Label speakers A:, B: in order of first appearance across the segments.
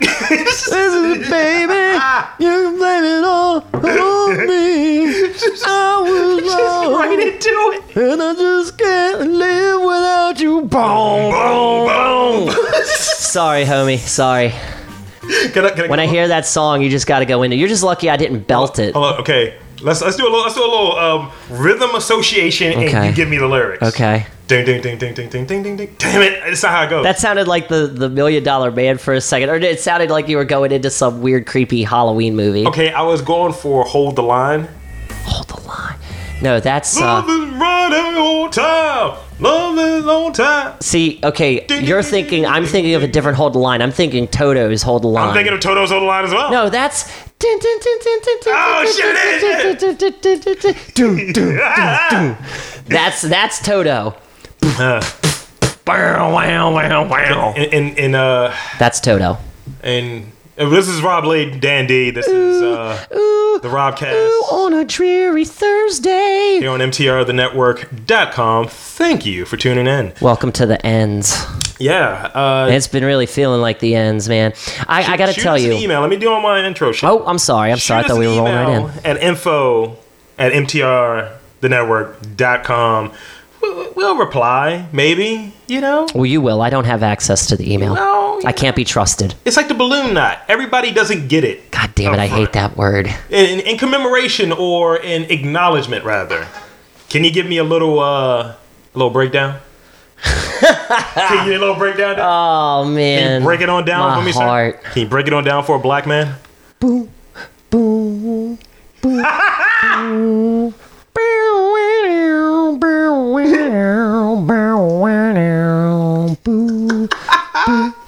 A: baby, you blame it all on me. I was
B: Just
A: wrong,
B: right into it.
A: and I just can't live without you. Boom, boom, boom. Sorry, homie. Sorry.
B: Can I, can I
A: When I
B: go-
A: hear that song, you just got to go into. You're just lucky I didn't belt it.
B: Hold on, okay. Let's let's do a little let's do a little um, rhythm association and
A: Okay.
B: you give me the lyrics.
A: Okay.
B: Ding ding ding ding ding ding ding ding ding. Damn it! That's not how it goes.
A: That sounded like the, the Million Dollar Man for a second, or it sounded like you were going into some weird, creepy Halloween movie.
B: okay. I was going for hold the line.
A: Hold the line. No, that's. Uh,
B: Love is running on time. Love is on time.
A: see, okay, you're thinking. I'm thinking of a different hold the line. I'm thinking Toto's hold the line.
B: I'm thinking of Toto's hold the line as well.
A: No, that's.
B: Oh,
A: That's that's Toto.
B: Wow wow wow wow. And and, and uh
A: That's Toto.
B: and. uh, This is Rob Lade Dandy. This is uh, the Robcast.
A: on a dreary Thursday.
B: here on mtrthenetwork.com. Thank you for tuning in.
A: Welcome to the ends.
B: Yeah, uh,
A: It's been really feeling like the ends, man. I, I gotta
B: shoot
A: tell
B: us an
A: you.
B: email. Let me do all my intro. Shit.
A: Oh, I'm sorry. I'm sorry. I thought we were rolling right in.
B: At info at mtrthenetwork.com. We'll, we'll reply, maybe. You know,
A: Well, you will. I don't have access to the email.
B: Well, you
A: I can't be trusted.
B: it's like the balloon knot. Everybody doesn't get it.
A: God damn it! I hate that word.
B: In, in commemoration or in acknowledgement, rather. Can you give me a little, uh, a little breakdown? Can you do a little breakdown? Dan?
A: Oh man.
B: Can you break it on down
A: my
B: for me,
A: heart.
B: sir? Can you break it on down for a black man? I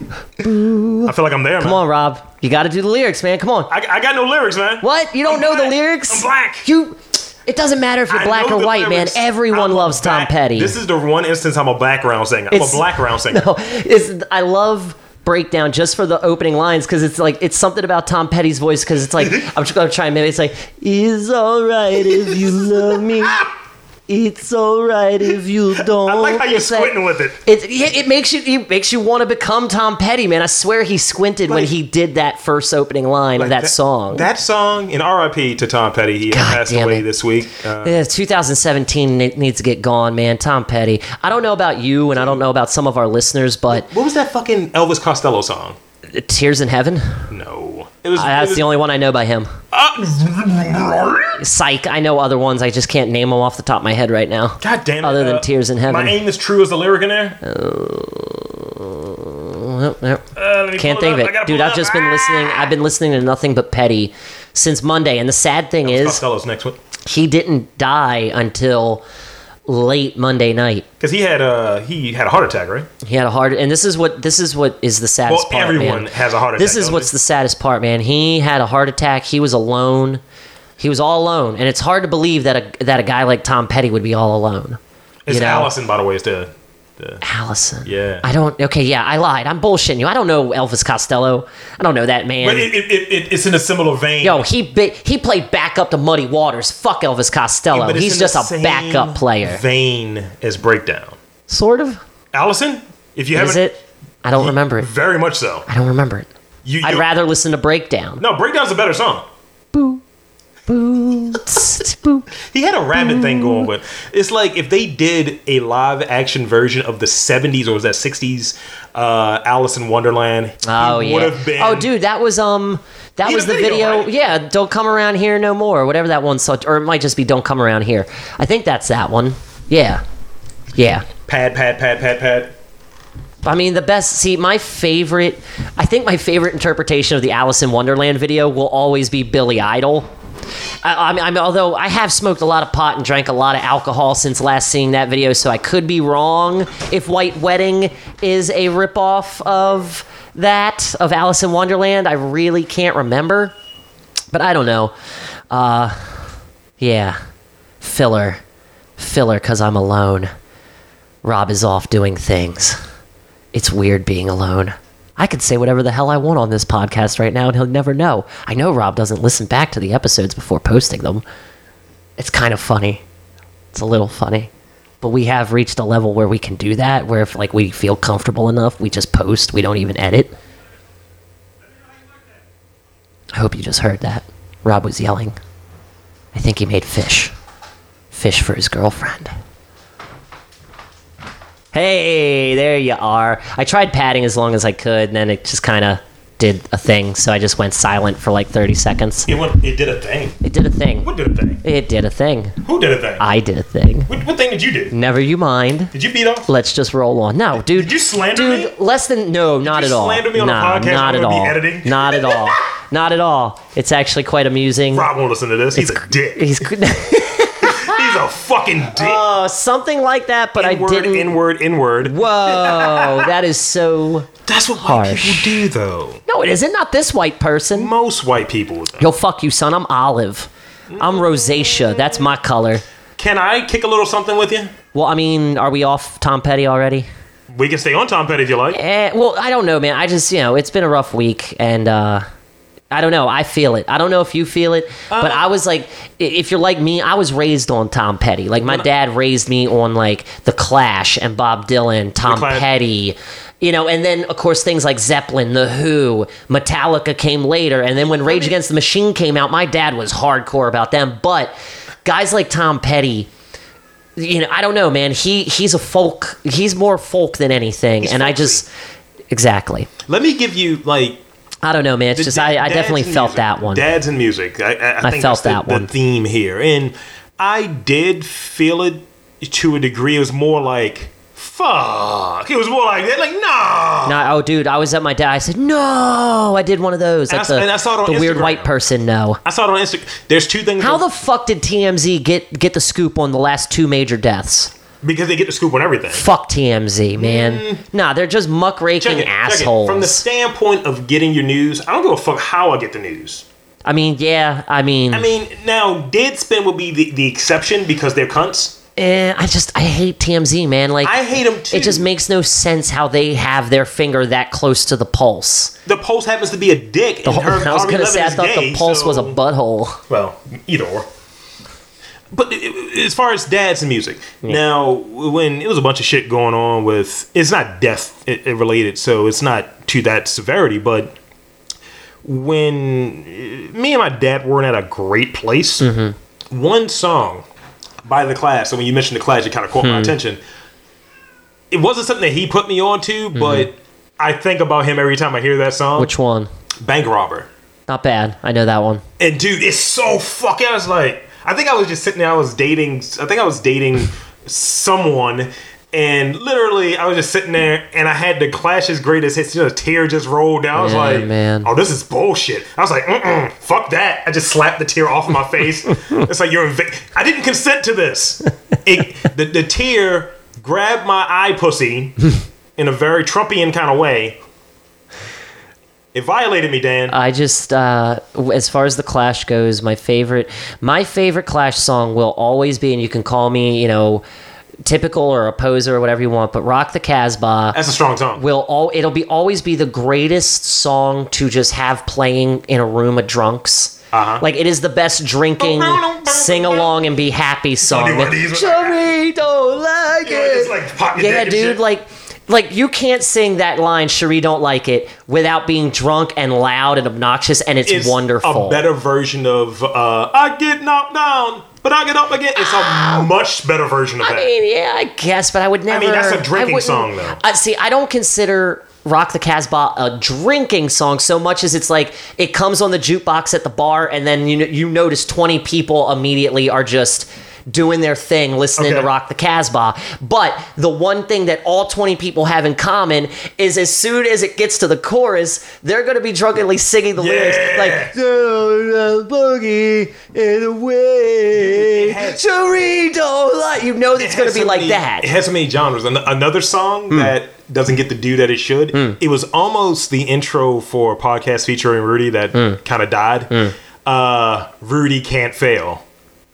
B: feel like I'm there,
A: Come on, Rob. You got to do the lyrics, man. Come on.
B: I, I got no lyrics, man.
A: What? You don't know the
B: black.
A: lyrics?
B: I'm black.
A: You. It doesn't matter if you're
B: I
A: black
B: know
A: or
B: the
A: white,
B: lyrics.
A: man. Everyone
B: I'm a
A: loves Tom
B: back-
A: Petty.
B: This is the one instance I'm a background singer. I'm
A: It's-
B: a background singer.
A: It's- I love breakdown just for the opening lines because it's like it's something about Tom Petty's voice because it's like I'm just gonna try and maybe it's like it's all right if you love me. It's all right if you don't.
B: I like how you're
A: It's like-
B: squinting with it.
A: It, it, it makes you it makes you want to become Tom Petty, man. I swear he squinted when
B: Like-
A: he did that first opening line of that, song.
B: That song, and RIP to Tom Petty. He passed
A: damn
B: away
A: it.
B: this week. Uh,
A: Yeah, 2017 ne- needs to get gone, man. Tom Petty. I don't know about you, and I don't know about some of our listeners, but
B: what was that fucking Elvis Costello song?
A: Tears in Heaven.
B: No, it was.
A: Uh,
B: it
A: That's
B: was-
A: the only one I know by him. Psych. I know other ones. I just can't name them off the top of my head right now.
B: God damn it!
A: Other than
B: uh,
A: Tears in Heaven.
B: My aim is true as the lyric in there. Uh,
A: Oh, Nope, nope.
B: Uh, let me
A: Can't
B: pull
A: think
B: up.
A: of
B: I gotta
A: it, dude.
B: pull
A: I've
B: up.
A: just been
B: Ah!
A: listening. I've been listening to nothing but Petty since Monday, and the sad thing is,
B: Costello's next one
A: he didn't die until late Monday night.
B: because he had uh he had a heart attack, right?
A: He had a heart, and this is what this is what is the saddest
B: Well,
A: part.
B: everyone
A: man.
B: has a heart attack.
A: This is
B: don't
A: what's
B: they?
A: the saddest part, man. He had a heart attack. He was alone. He was all alone, and it's hard to believe that a that a guy like Tom Petty would be all alone.
B: It's
A: you know?
B: Allison, by the way, is the the
A: Allison.
B: Yeah.
A: I don't. Okay. Yeah, I lied. I'm bullshitting you. I don't know Elvis Costello. I don't know that man.
B: But it, it, it, it, it's in a similar vein.
A: Yo, he bit, he played backup to Muddy Waters. Fuck Elvis Costello.
B: but it's
A: He's
B: in the
A: just a
B: same
A: backup player.
B: Vein as breakdown.
A: Sort of.
B: Allison, if you
A: Is
B: haven't,
A: it? I don't remember it.
B: very much so.
A: I don't remember it.
B: You,
A: I'd
B: you-
A: rather listen to Breakdown.
B: no. Breakdown's a better song.
A: Boo. tss, boo.
B: He had a rabbit thing
A: Mm.
B: going, but it's like if they did a live action version of the '70s or was that '60s uh, Alice in Wonderland?
A: Oh
B: he
A: yeah.
B: would have been.
A: Oh dude, that was um that
B: He
A: was the
B: had a video,
A: video.
B: right?
A: Yeah, don't come around here no more. or Whatever that one saw, or it might just be don't come around here. I think that's that one. Yeah, yeah.
B: Pad, pad, pad, pad, pad.
A: I mean, the best. See, my favorite. I think my favorite interpretation of the Alice in Wonderland video will always be Billy Idol. I, I, mean, I mean, although I have smoked a lot of pot and drank a lot of alcohol since last seeing that video, so I could be wrong if White Wedding is a ripoff of that of Alice in Wonderland. I really can't remember, but I don't know. Uh, yeah, filler, filler, cause I'm alone. Rob is off doing things. It's weird being alone. I could say whatever the hell I want on this podcast right now and he'll never know. I know Rob doesn't listen back to the episodes before posting them. It's kind of funny. It's a little funny. But we have reached a level where we can do that, where if like we feel comfortable enough, we just post, we don't even edit. hope you just heard that. Rob was yelling. I think he made fish. Fish for his girlfriend. Hey, there you are. I tried patting as long as I could, and then it just kind of did a thing, so I just went silent for like 30 seconds.
B: It went. It did a thing.
A: It did a thing.
B: What did a thing?
A: It did a thing.
B: Who did a thing?
A: I did a thing.
B: what, what thing did you do?
A: Never you mind.
B: Did you beat off?
A: Let's just roll on. No, dude.
B: Did you slander
A: dude,
B: me?
A: less than no, not
B: you
A: at all.
B: slander me on a
A: no,
B: podcast I'm
A: not at
B: gonna be
A: all.
B: editing?
A: Not at all. Not at all. It's actually quite amusing.
B: Rob won't listen to this. He's a dick.
A: He's
B: He's a fucking dick.
A: oh, something like that, but
B: inward,
A: I didn't.
B: inward, inward.
A: Whoa, that is so.
B: That's what
A: Harsh.
B: white people do, though.
A: No, it isn't. Not this white person.
B: Most white people. Though.
A: Yo, fuck you, son. I'm olive. I'm rosacea. That's my color.
B: Can I kick a little something with you?
A: Well, I mean, are we off Tom Petty already?
B: We can stay on Tom Petty if you like.
A: Eh, well, I don't know, man. I just, you know, it's been a rough week, and uh, I don't know. I feel it. I don't know if you feel it, but
B: Uh,
A: I was like, i- if you're like me, I was raised on Tom Petty. Like my dad raised me on like The Clash and Bob Dylan, Tom
B: Clash.
A: Petty. You know, and then of course things like Zeppelin, The Who, Metallica came later, and then when Rage Against the Machine came out, my dad was hardcore about them. But guys like Tom Petty, you know, I don't know, man. He he's a folk. He's more folk than anything, and I
B: folksy.
A: just exactly.
B: Let me give you like.
A: I don't know, man. It's just
B: da-
A: I, I
B: dads
A: definitely
B: in
A: felt
B: music.
A: that one.
B: Dads in music. I, I, I, think that's
A: felt
B: the-
A: that
B: the,
A: one.
B: theme here, and I did feel it to a degree. It was more like fuck. It was more like that. Like nah.
A: No, oh, dude, I was at my dad. I said, "No, I did one of those." Like
B: I s-
A: the,
B: and I saw it on
A: the weird
B: Instagram.
A: white person. No,
B: I saw it on Instagram. There's two things.
A: how the fuck did TMZ get get the scoop on the last two major deaths?
B: because they get the scoop on everything.
A: Fuck TMZ, man. Nah, they're just
B: Mm. Check
A: muckraking
B: it, check it.
A: assholes.
B: From the standpoint of getting your news, I don't give a fuck how I get the news.
A: I mean, yeah, I mean,
B: I mean, now did spin will be the, the exception because they're cunts.
A: eh, I just I hate TMZ, man. Like
B: I hate them too.
A: It just makes no sense how they have their finger that close to the pulse.
B: the Pulse happens to be a dick. and her,
A: I was
B: Harvey
A: gonna say
B: Levin
A: I
B: is
A: thought
B: gay,
A: the pulse was a
B: so-
A: butthole.
B: well, either or. But i- i- as far as dads and music, now when it was a bunch of shit going on with, it's not death i- i- related, so it's not to that severity. But when uh, me and my dad weren't at a great place, one song by the Clash. So when you mentioned the Clash, it kind of caught my attention. It wasn't something that he put me on to, but I think about him every time I hear that song.
A: Which one?
B: Bank robber.
A: Not bad. I know that one.
B: And dude, it's so fucking. I was like, I think I was just sitting there. I was dating. I think I was dating someone, and literally, I was just sitting there, and I had the Clash's greatest hits. You know, a tear just rolled down. I was
A: Yeah,
B: like,
A: man.
B: oh, this is bullshit. I was like, mm, fuck that. I just slapped the tear off my face. it's like you're. Inv- I didn't consent to this. It, the the tear grabbed my eye pussy in a very Trumpian kind of way. It violated me, Dan.
A: I just, uh, w- as far as the Clash goes, my favorite, my favorite Clash song will always be, and you can call me, you know, typical or a poser or whatever you want, but "Rock the Casbah."
B: That's a strong song.
A: will all it'll be always be the greatest song to just have playing in a room of drunks.
B: Uh-huh.
A: Like it is the best drinking, sing along and be happy song.
B: do one of these.
A: Sorry, don't like
B: Yeah, it's
A: it.
B: like pop your
A: yeah,
B: dick and
A: dude,
B: shit.
A: like. Like you can't sing that line "Cherie don't like it" without being drunk and loud and obnoxious, and it's,
B: It's
A: wonderful.
B: A better version of uh, I get knocked down, but I get up again. It's a much better version of
A: I
B: that.
A: mean, yeah, I guess, but I would never.
B: mean, that's a
A: I
B: drinking
A: wouldn't-
B: song, though.
A: I see. I don't consider "Rock the Casbah" a drinking song so much as it's like it comes on the jukebox at the bar, and then you you notice twenty people immediately are just doing their thing, listening
B: Okay.
A: to "Rock the Casbah." But the one thing that all twenty people have in common is as soon as it gets to the chorus, they're going to be drunkenly singing the lyrics
B: Yeah.
A: like "Don't uh, boogie in a way."
B: It has-
A: Cherie don't like you know that it's
B: It
A: going
B: has
A: to be
B: so
A: like
B: many- It
A: that. Hmm.
B: has so many genres. An- another song that doesn't get the due that it should. It was almost the intro for a podcast featuring Rudy that
A: Hmm.
B: kind of died. Uh, Rudy can't fail.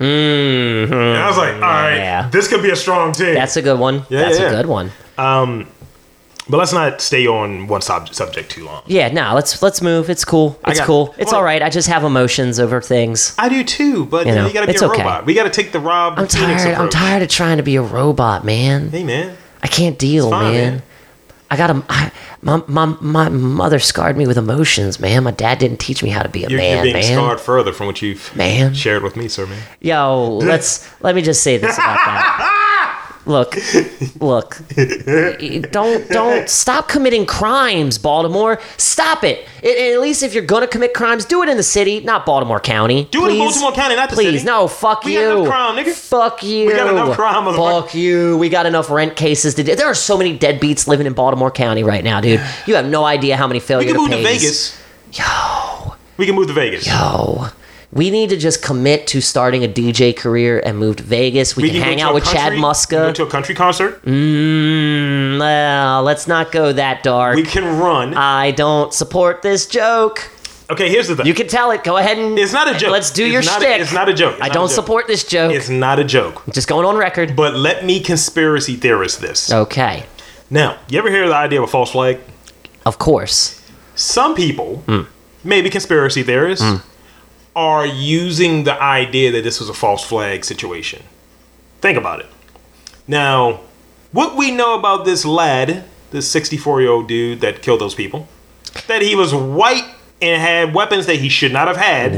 B: And I was like, all right,
A: Mm-hmm. yeah.
B: this could be a strong team.
A: That's a good one.
B: Yeah,
A: That's
B: yeah,
A: a
B: yeah.
A: good one.
B: but let's not stay on one sub- subject too long.
A: Yeah, no, let's let's move. It's cool. It's
B: got-
A: cool. It's
B: well-
A: all right. I just have emotions over things.
B: I do too, but you,
A: know,
B: gotta be
A: it's
B: a
A: okay.
B: robot. We gotta take the Rob
A: I'm
B: Phoenix
A: tired. I'm
B: approach.
A: tired of trying to be a robot, man.
B: Hey man,
A: I can't deal,
B: fine,
A: man.
B: man.
A: I got a I, my, my my mother scarred me with emotions, man. My dad didn't teach me how to be a
B: You're,
A: man,
B: you're being
A: man.
B: scarred further from what you've
A: Man.
B: shared with me, sir, man.
A: Yo, let's let me just say this about that. Look, look, don't don't stop committing crimes, Baltimore. Stop it. it. At least if you're gonna commit crimes, do it in the city, not Baltimore County.
B: Do it in
A: Please.
B: Baltimore County, not the
A: Please,
B: city.
A: no, fuck
B: We
A: you.
B: got enough crime, nigga.
A: Fuck you.
B: got enough crime, motherfucker.
A: Fuck you. We got enough rent cases to do. There are so many deadbeats living in Baltimore County right now, dude. You have no idea how many
B: We
A: failure
B: can
A: to
B: move to
A: pays.
B: Vegas. Yo. We can move to Vegas.
A: Oh, we need to just commit to starting a DJ career and move to Vegas. We,
B: We
A: can
B: go
A: hang
B: to
A: out
B: a
A: with Chad
B: country- Go
A: Muska.
B: to a country concert.
A: Mm, well, let's not go that dark.
B: We can run.
A: I don't support this joke.
B: okay, here's the thing.
A: You can tell it. Go ahead and.
B: It's not a joke.
A: Let's do
B: It's
A: your
B: not a-
A: shtick.
B: it's not a joke. It's
A: I
B: not a
A: don't
B: joke.
A: support this joke.
B: it's not a joke.
A: just going on record.
B: But let me conspiracy theorist this.
A: okay.
B: Now, you ever hear the idea of a false flag?
A: Of course.
B: Some people, maybe conspiracy theorists, are using the idea that this was a false flag situation. Think about it. Now, what we know about this lad, this 64 year old dude that killed those people, that he was white and had weapons that he should not have had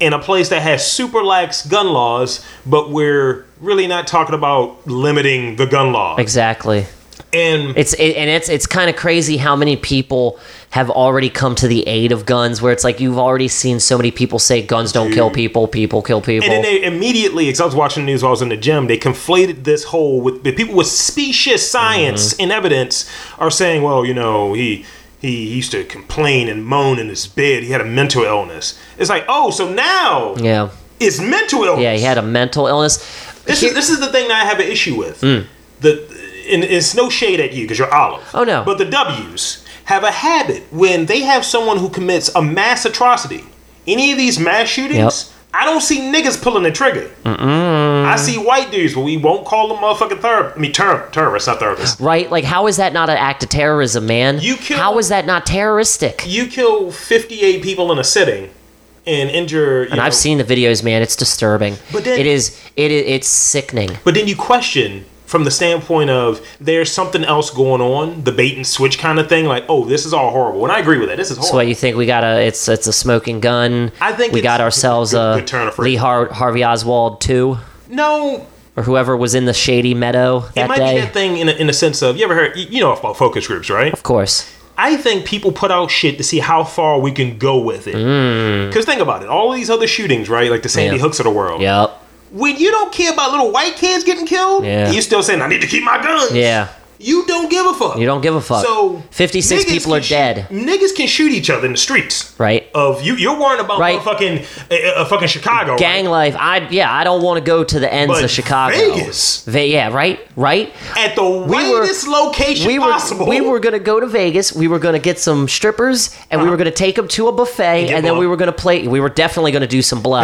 B: in a place that has super lax gun laws, but we're really not talking about limiting the gun law.
A: Exactly.
B: And
A: It's it, and it's it's kind of crazy how many people have already come to the aid of guns. Where it's like you've already seen so many people say guns don't kill people, people kill people.
B: And then they immediately, because I was watching the news while I was in the gym, they conflated this whole with the people with specious science
A: Mm-hmm.
B: and evidence are saying, well, you know, he he used to complain and moan in his bed. He had a mental illness. It's like, oh, so now
A: yeah,
B: it's mental illness.
A: yeah, he had a mental illness.
B: this
A: Here-
B: is this is the thing that I have an issue with. The and it's no shade at you because you're olive.
A: Hmm. Oh, no.
B: But the W's have a habit when they have someone who commits a mass atrocity. Any of these mass shootings, I don't see niggas pulling the trigger. I see white dudes, but we won't call them motherfucking therap. I mean, ter- terrorists, not therapists.
A: right? Like, how is that not an act of terrorism, man?
B: You kill-
A: How is that not terroristic?
B: You kill 58 people in a sitting and injure. You
A: And I've seen the videos, man. It's disturbing.
B: But then-
A: it is it is it's sickening.
B: But then you question from the standpoint of there's something else going on, the bait and switch kind of thing. Like, oh, this is all horrible, and I agree with that. This is
A: So what
B: horrible.
A: you think we got a? It's it's a smoking gun.
B: I think
A: we got
B: it's-
A: ourselves
B: good-
A: a
B: good turn of phrase.
A: Lee Har- Harvey Oswald two.
B: no,
A: or whoever was in the shady meadow
B: it
A: that
B: might
A: day.
B: be that thing in a, in a sense of you ever heard you you know about focus groups, right?
A: Of course.
B: I think people put out shit to see how far we can go with it. Because think about it, all these other shootings, right? Like the Sandy
A: Mm. Yeah.
B: Hooks of the world.
A: Yep.
B: When you don't care about little white kids getting killed,
A: Yeah.
B: you still saying I need to keep my guns.
A: Yeah.
B: You don't give a fuck.
A: You don't give a fuck.
B: So
A: 56
B: niggas
A: people
B: can
A: are
B: shoot-
A: dead.
B: Niggas can shoot each other in the streets.
A: Right.
B: of you. You're worrying about
A: Right.
B: fucking uh, fucking Chicago right?
A: Gang life. I yeah. I don't want to go to the ends
B: But
A: of Chicago.
B: Vegas?
A: Ve- yeah. Right. Right.
B: at the
A: were-
B: whitest location
A: We were
B: possible.
A: we were gonna go to Vegas. We were gonna get some strippers, and we were gonna take them to a buffet,
B: Uh-huh. get
A: and then
B: blown.
A: we were gonna play. We were definitely gonna do some blow.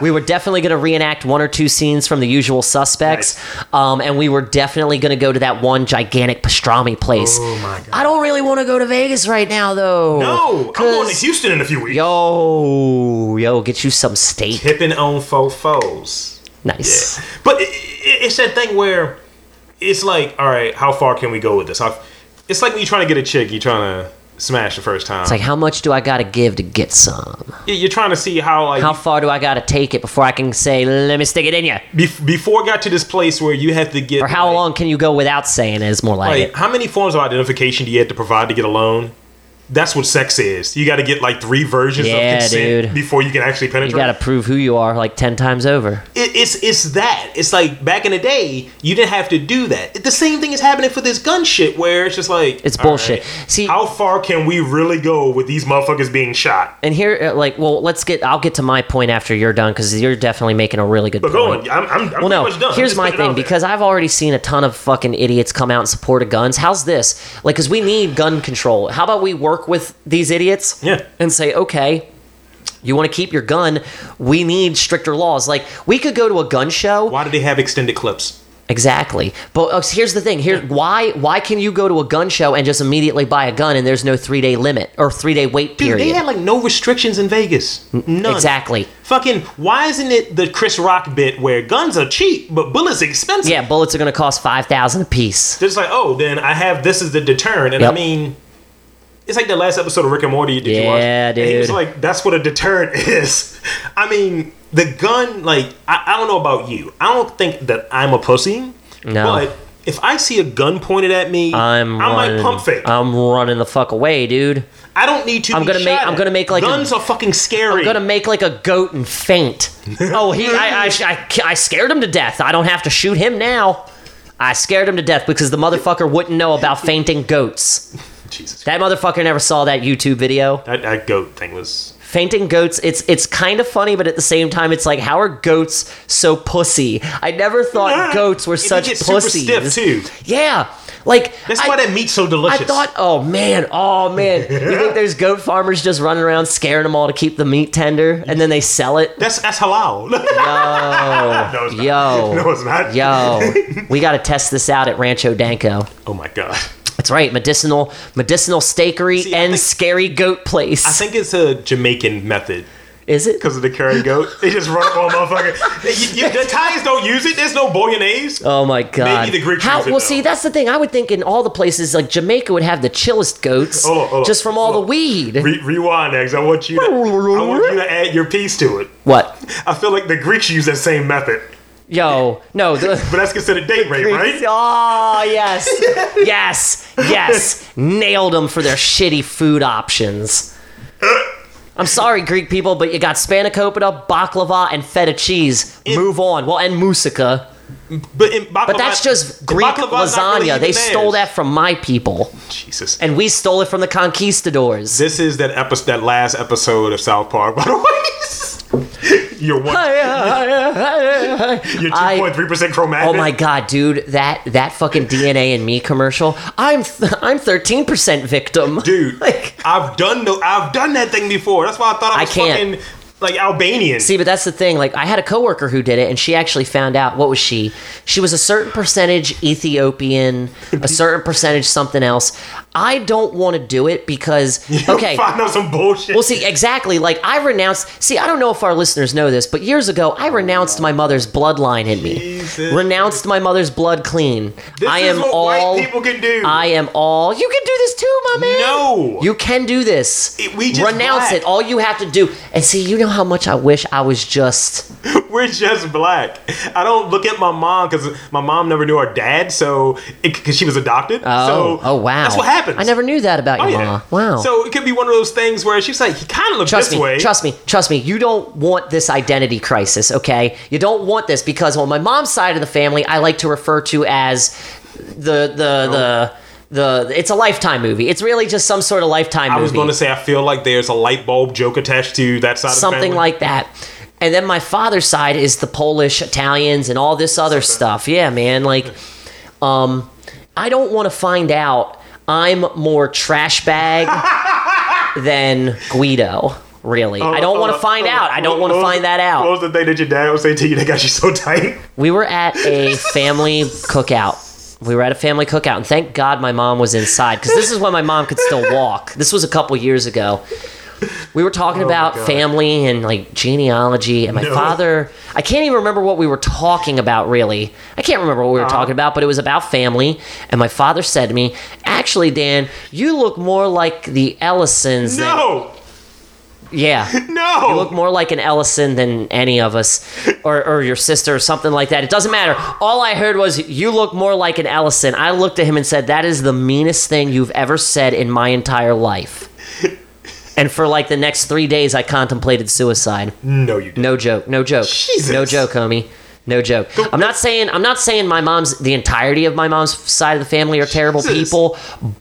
A: we were definitely gonna reenact one or two scenes from The Usual Suspects, um, and we were definitely gonna go to that one gigantic pastrami place.
B: Oh my God.
A: I don't really want to go to Vegas right now, though.
B: no, I'm going to
A: 'cause-
B: Houston in a few weeks.
A: Yo, yo, get you some steak.
B: Tipping on faux foes.
A: Nice.
B: But i i it's that thing where it's like, all right, how far can we go with this? How, it's like when you're trying to get a chick, you're trying to smash the first time.
A: It's like, how much do I gotta give to get some?
B: You- you're trying to see how like
A: How far do I gotta take it before I can say, let me stick it in you?
B: bef- before it got to this place where you have to get
A: Or how
B: like,
A: long can you go without saying it is more like
B: Like,
A: it.
B: how many forms of identification do you have to provide to get a loan? That's what sex is. You got to get like three versions
A: Yeah,
B: of consent
A: dude.
B: before you can actually penetrate.
A: You gotta prove who you are like 10 times over.
B: It- it's it's that. It's like back in the day, you didn't have to do that. The same thing is happening for this gun shit, where it's just like
A: It's
B: all right,
A: bullshit. See-
B: how far can we really go with these motherfuckers being shot?
A: And here, uh, like, well, let's get, I'll get to my point after you're done because you're definitely making a really good
B: But
A: point.
B: go on. I'm, I'm, I'm pretty
A: well,
B: much done.
A: no. Here's
B: Just
A: my
B: put it out
A: thing
B: there.
A: because I've already seen a ton of fucking idiots come out in support of guns. How's this? Like, because we need gun control. How about we work with these idiots?
B: Yeah.
A: And say, okay, you want to keep your gun? We need stricter laws. Like, we could go to a gun show.
B: why do they have extended clips?
A: Exactly. But uh, here's the thing. Here, why why can you go to a gun show and just immediately buy a gun and there's no three day limit or three day wait
B: Dude,
A: period?
B: they had like no restrictions in Vegas. None.
A: Exactly.
B: Fucking, why isn't it the Chris Rock bit where guns are cheap but bullets are expensive?
A: Yeah, bullets are going to cost five thousand a piece.
B: They're just like, oh, then I have this as the deterrent, and I
A: Yep.
B: mean, it's like the last episode of Rick and Morty. Did you
A: Yeah,
B: watch? And he was
A: dude.
B: like, that's what a deterrent is. I mean, the gun. Like, I, I don't know about you. I don't think that I'm a pussy.
A: No.
B: But if I see a gun pointed at me,
A: I'm
B: I
A: running,
B: might pump fake.
A: I'm running the fuck away, dude.
B: I don't need to.
A: I'm
B: be
A: gonna make-
B: shot
A: I'm
B: at.
A: gonna make like a-
B: guns are fucking scary.
A: I'm gonna make like a goat and faint. Oh, he, I, I, I, I scared him to death. I don't have to shoot him now. I scared him to death because the motherfucker wouldn't know about fainting goats.
B: Jesus.
A: That motherfucker never saw that YouTube video.
B: That, that goat thing was.
A: Fainting goats. It's it's kind of funny, but at the same time, it's like how are goats so pussy? I never thought goats were
B: And they
A: such
B: get super
A: pussies.
B: stiff too.
A: Yeah, like
B: That's
A: I-
B: why that meat's so delicious.
A: I thought, oh man, oh man. You think there's goat farmers just running around scaring them all to keep the meat tender and then they sell it?
B: that's that's halal. No, it's not.
A: Yo.
B: no, it's not.
A: Yo, we got to test this out at Rancho Danco.
B: Oh my god.
A: That's right, medicinal medicinal stakery
B: I
A: and
B: think-
A: scary goat place.
B: I think it's a Jamaican method
A: Is it?
B: because of the curry goat. They just run up on a motherfucker. You- you- the Thais don't use it. There's no bolognese.
A: Oh my god.
B: the Greeks
A: How,
B: use it
A: Well,
B: now.
A: see, that's the thing. I would think in all the places like Jamaica would have the chillest goats
B: Hold on, hold on,
A: just from all
B: hold on.
A: the weed.
B: Oh, Re- rewind, eggs. I want you. To, I want you to add your piece to it.
A: what?
B: I feel like the Greeks use that same method,
A: Yo, no, the
B: but that's considered date rape, right?
A: Oh yes, yes, yes! Nailed them for their shitty food options. I'm sorry, Greek people, but you got spanakopita, baklava, and feta cheese. Move on. Well, and moussaka.
B: But in baklava,
A: But that's just Greek
B: baklava's not
A: lasagna.
B: really
A: they
B: even
A: stole
B: theirs.
A: that from my people,
B: Jesus.
A: and we stole it from the conquistadors.
B: This is that episode, that last episode of South Park, by the way. You're one. You're
A: I-
B: two point three percent chromatic.
A: Oh my god, dude! That that fucking DNA and me commercial. I'm I'm 13% victim,
B: dude.
A: Like,
B: I've done the, I've done that thing before. That's why I thought I
A: I
B: was
A: can't.
B: fucking like Albanian.
A: See, but that's the thing. Like, I had a coworker who did it, and she actually found out what was she? She was a certain percentage Ethiopian, a certain percentage something else. I don't want to do it because okay.
B: find out some bullshit.
A: Well, see, exactly. Like I renounced. See, I don't know if our listeners know this, but years ago, I renounced my mother's bloodline in me.
B: Jesus.
A: Renounced my mother's blood clean.
B: this
A: I
B: is
A: am
B: what
A: all.
B: white people can do.
A: I am all. You can do this too, my man.
B: No.
A: you can do this.
B: It- we just
A: renounce
B: black.
A: it. All you have to do, and see, you know how much I wish I was just.
B: We're just black. I don't look at my mom because my mom never knew our dad, so because she was adopted.
A: Oh,
B: so
A: oh wow.
B: that's what happens.
A: I never knew that about
B: Oh,
A: your
B: yeah.
A: mama. Wow.
B: So it could be one of those things where she's like, he kind of looks
A: Trust
B: this
A: me,
B: way.
A: trust me, trust me. You don't want this identity crisis, okay? You don't want this because on my mom's side of the family, I like to refer to as the the the the. It's a lifetime movie. It's really just some sort of lifetime
B: I
A: movie.
B: was going to say, I feel like there's a light bulb joke attached to that side. of the
A: something
B: family.
A: like that. And then my father's side is the Polish, Italians, and all this other stuff. Yeah, man. Like, um, I don't want to find out I'm more trash bag than Guido. Really,
B: Oh,
A: I don't want to find out. I don't want to
B: What was-
A: find that
B: What
A: out.
B: was the thing that your dad would say to you that got you so tight?
A: We were at a family cookout. We were at a family cookout, and thank God my mom was inside because this is when my mom could still walk. This was a couple years ago. We were talking about
B: Oh God.
A: family and like genealogy, and my
B: No.
A: father. I can't even remember what we were talking about, really. I can't remember what we were talking about, but it was about family. And my father said to me, Actually, Dan, you look more like the Ellisons
B: No,
A: than. Yeah.
B: no.
A: You look more like an Ellison than any of us, or, or your sister, or something like that. It doesn't matter. All I heard was, You look more like an Ellison. I looked at him and said, That is the meanest thing you've ever said in my entire life. and for like the next three days, I contemplated suicide.
B: no, you didn't.
A: No joke. No joke.
B: Jesus.
A: No joke, homie. No joke. I'm not saying I'm not saying my mom's the entirety of my mom's side of the family are terrible
B: Jesus.
A: people,